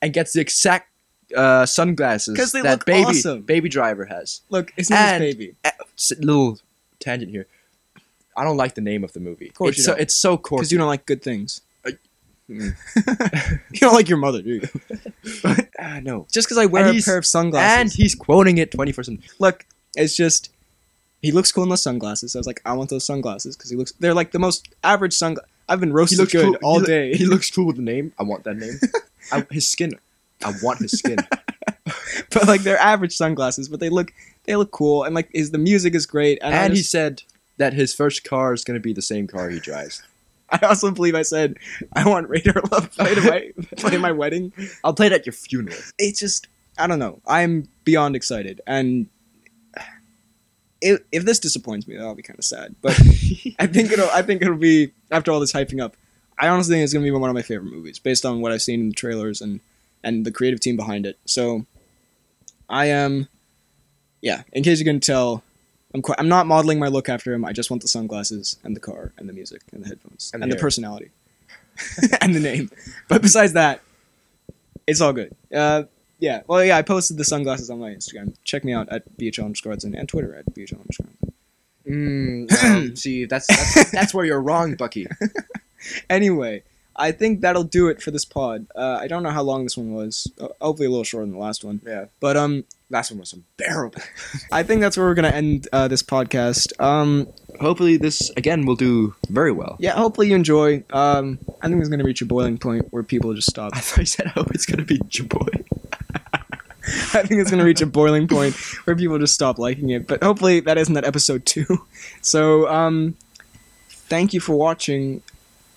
and gets the exact uh, sunglasses 'Cause they that look baby awesome. baby driver has. Look, his name is and- Baby. Eh, s- little tangent here. I don't like the name of the movie. course it's you so don't. it's so Because corny. you don't like good things. Uh, you don't like your mother, do you? ah, no. Just because I wear a he's- pair of sunglasses. And he's quoting it 24 7. look, it's just he looks cool in those sunglasses. I was like, I want those sunglasses because he looks. They're like the most average sunglasses. I've been roasted good all day. He looks cool with the name. I want that name. I, his skin. I want his skin. but like they're average sunglasses, but they look they look cool and like his the music is great. And, and I, he just, said that his first car is going to be the same car he drives. I also believe I said I want Radar Love played at my played at my wedding. I'll play it at your funeral. It's just I don't know. I'm beyond excited and. If, if this disappoints me, that'll be kind of sad. But I think it'll I think it'll be after all this hyping up. I honestly think it's gonna be one of my favorite movies based on what I've seen in the trailers and and the creative team behind it. So I am, yeah. In case you can tell, I'm quite, I'm not modeling my look after him. I just want the sunglasses and the car and the music and the headphones And and, the the hair. personality and the name. But besides that, it's all good. Uh, yeah. Well, yeah. I posted the sunglasses on my Instagram. Check me out at BHL underscore Hudson and Twitter at BHL underscore. Hudson. Mm, see, that's, that's that's where you're wrong, Bucky. anyway, I think that'll do it for this pod. Uh, I don't know how long this one was. Uh, Hopefully, a little shorter than the last one. Yeah. But um, Last one was unbearable. I think that's where we're gonna end uh, this podcast. Um, Hopefully, this again will do very well. yeah. Hopefully, you enjoy. Um, I think it's gonna reach a boiling point where people just stop. I thought you said, I hope it's going to be Jaboy. I think it's gonna reach a boiling point where people just stop liking it. But hopefully, that isn't at episode two. So um, thank you for watching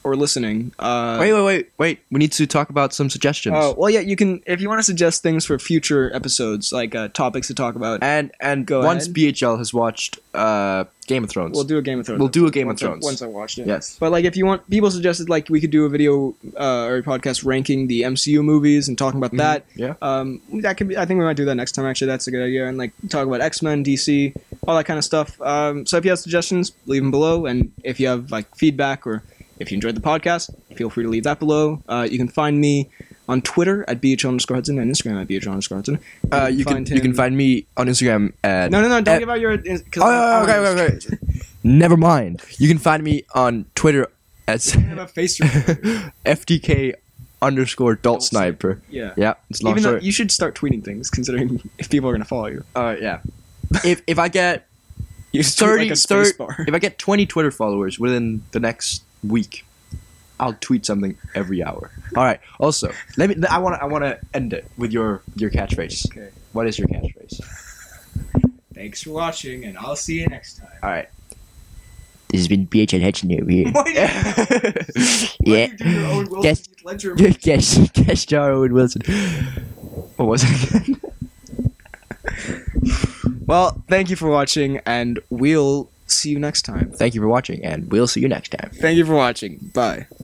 or listening. Uh, wait, wait, wait, wait. We need to talk about some suggestions. Oh well, yeah. You can if you want to suggest things for future episodes, like uh, topics to talk about. And and Go once ahead. BHL has watched uh, Game of Thrones, We'll do a Game of Thrones. We'll do a Game of once I- Thrones. once I watched it. yes, But like, if you want, people suggested like we could do a video uh, or a podcast ranking the MCU movies and talking about that. Mm-hmm. yeah. Um, that could be. I think we might do that next time. Actually, that's a good idea. And like talk about X Men, DC, all that kind of stuff. Um, so if you have suggestions, leave them below. And if you have like feedback or if you enjoyed the podcast, feel free to leave that below. Uh, you can find me on Twitter at bhl underscore hudson and Instagram at bhl underscore hudson. Uh, you can you him- can find me on Instagram at No, no, no! Don't at- give out your. Cause Oh, yeah, okay, okay, okay. Never mind. You can find me on Twitter at I have a face. reveal. FDK underscore adult sniper. Yeah. Yeah, it's a long Even though story. you should start tweeting things, considering if people are gonna follow you. uh, yeah. if if I get You just tweet 30 like a thir- space bar. if I get twenty Twitter followers within the next week, I'll tweet something every hour. All right. Also, let me. I want to. I want to end it with your your catchphrase. Okay. What is your catchphrase? Thanks for watching, and I'll see you next time. All right. This has been BHN Hudson over here. Why do you- why yeah. do you do your own Wilson Guess- Ledger Guess, guess Jar Owen Wilson. what was it? again? Well, thank you for watching, and we'll see you next time. Thank you for watching, and we'll see you next time. Thank you for watching. Bye.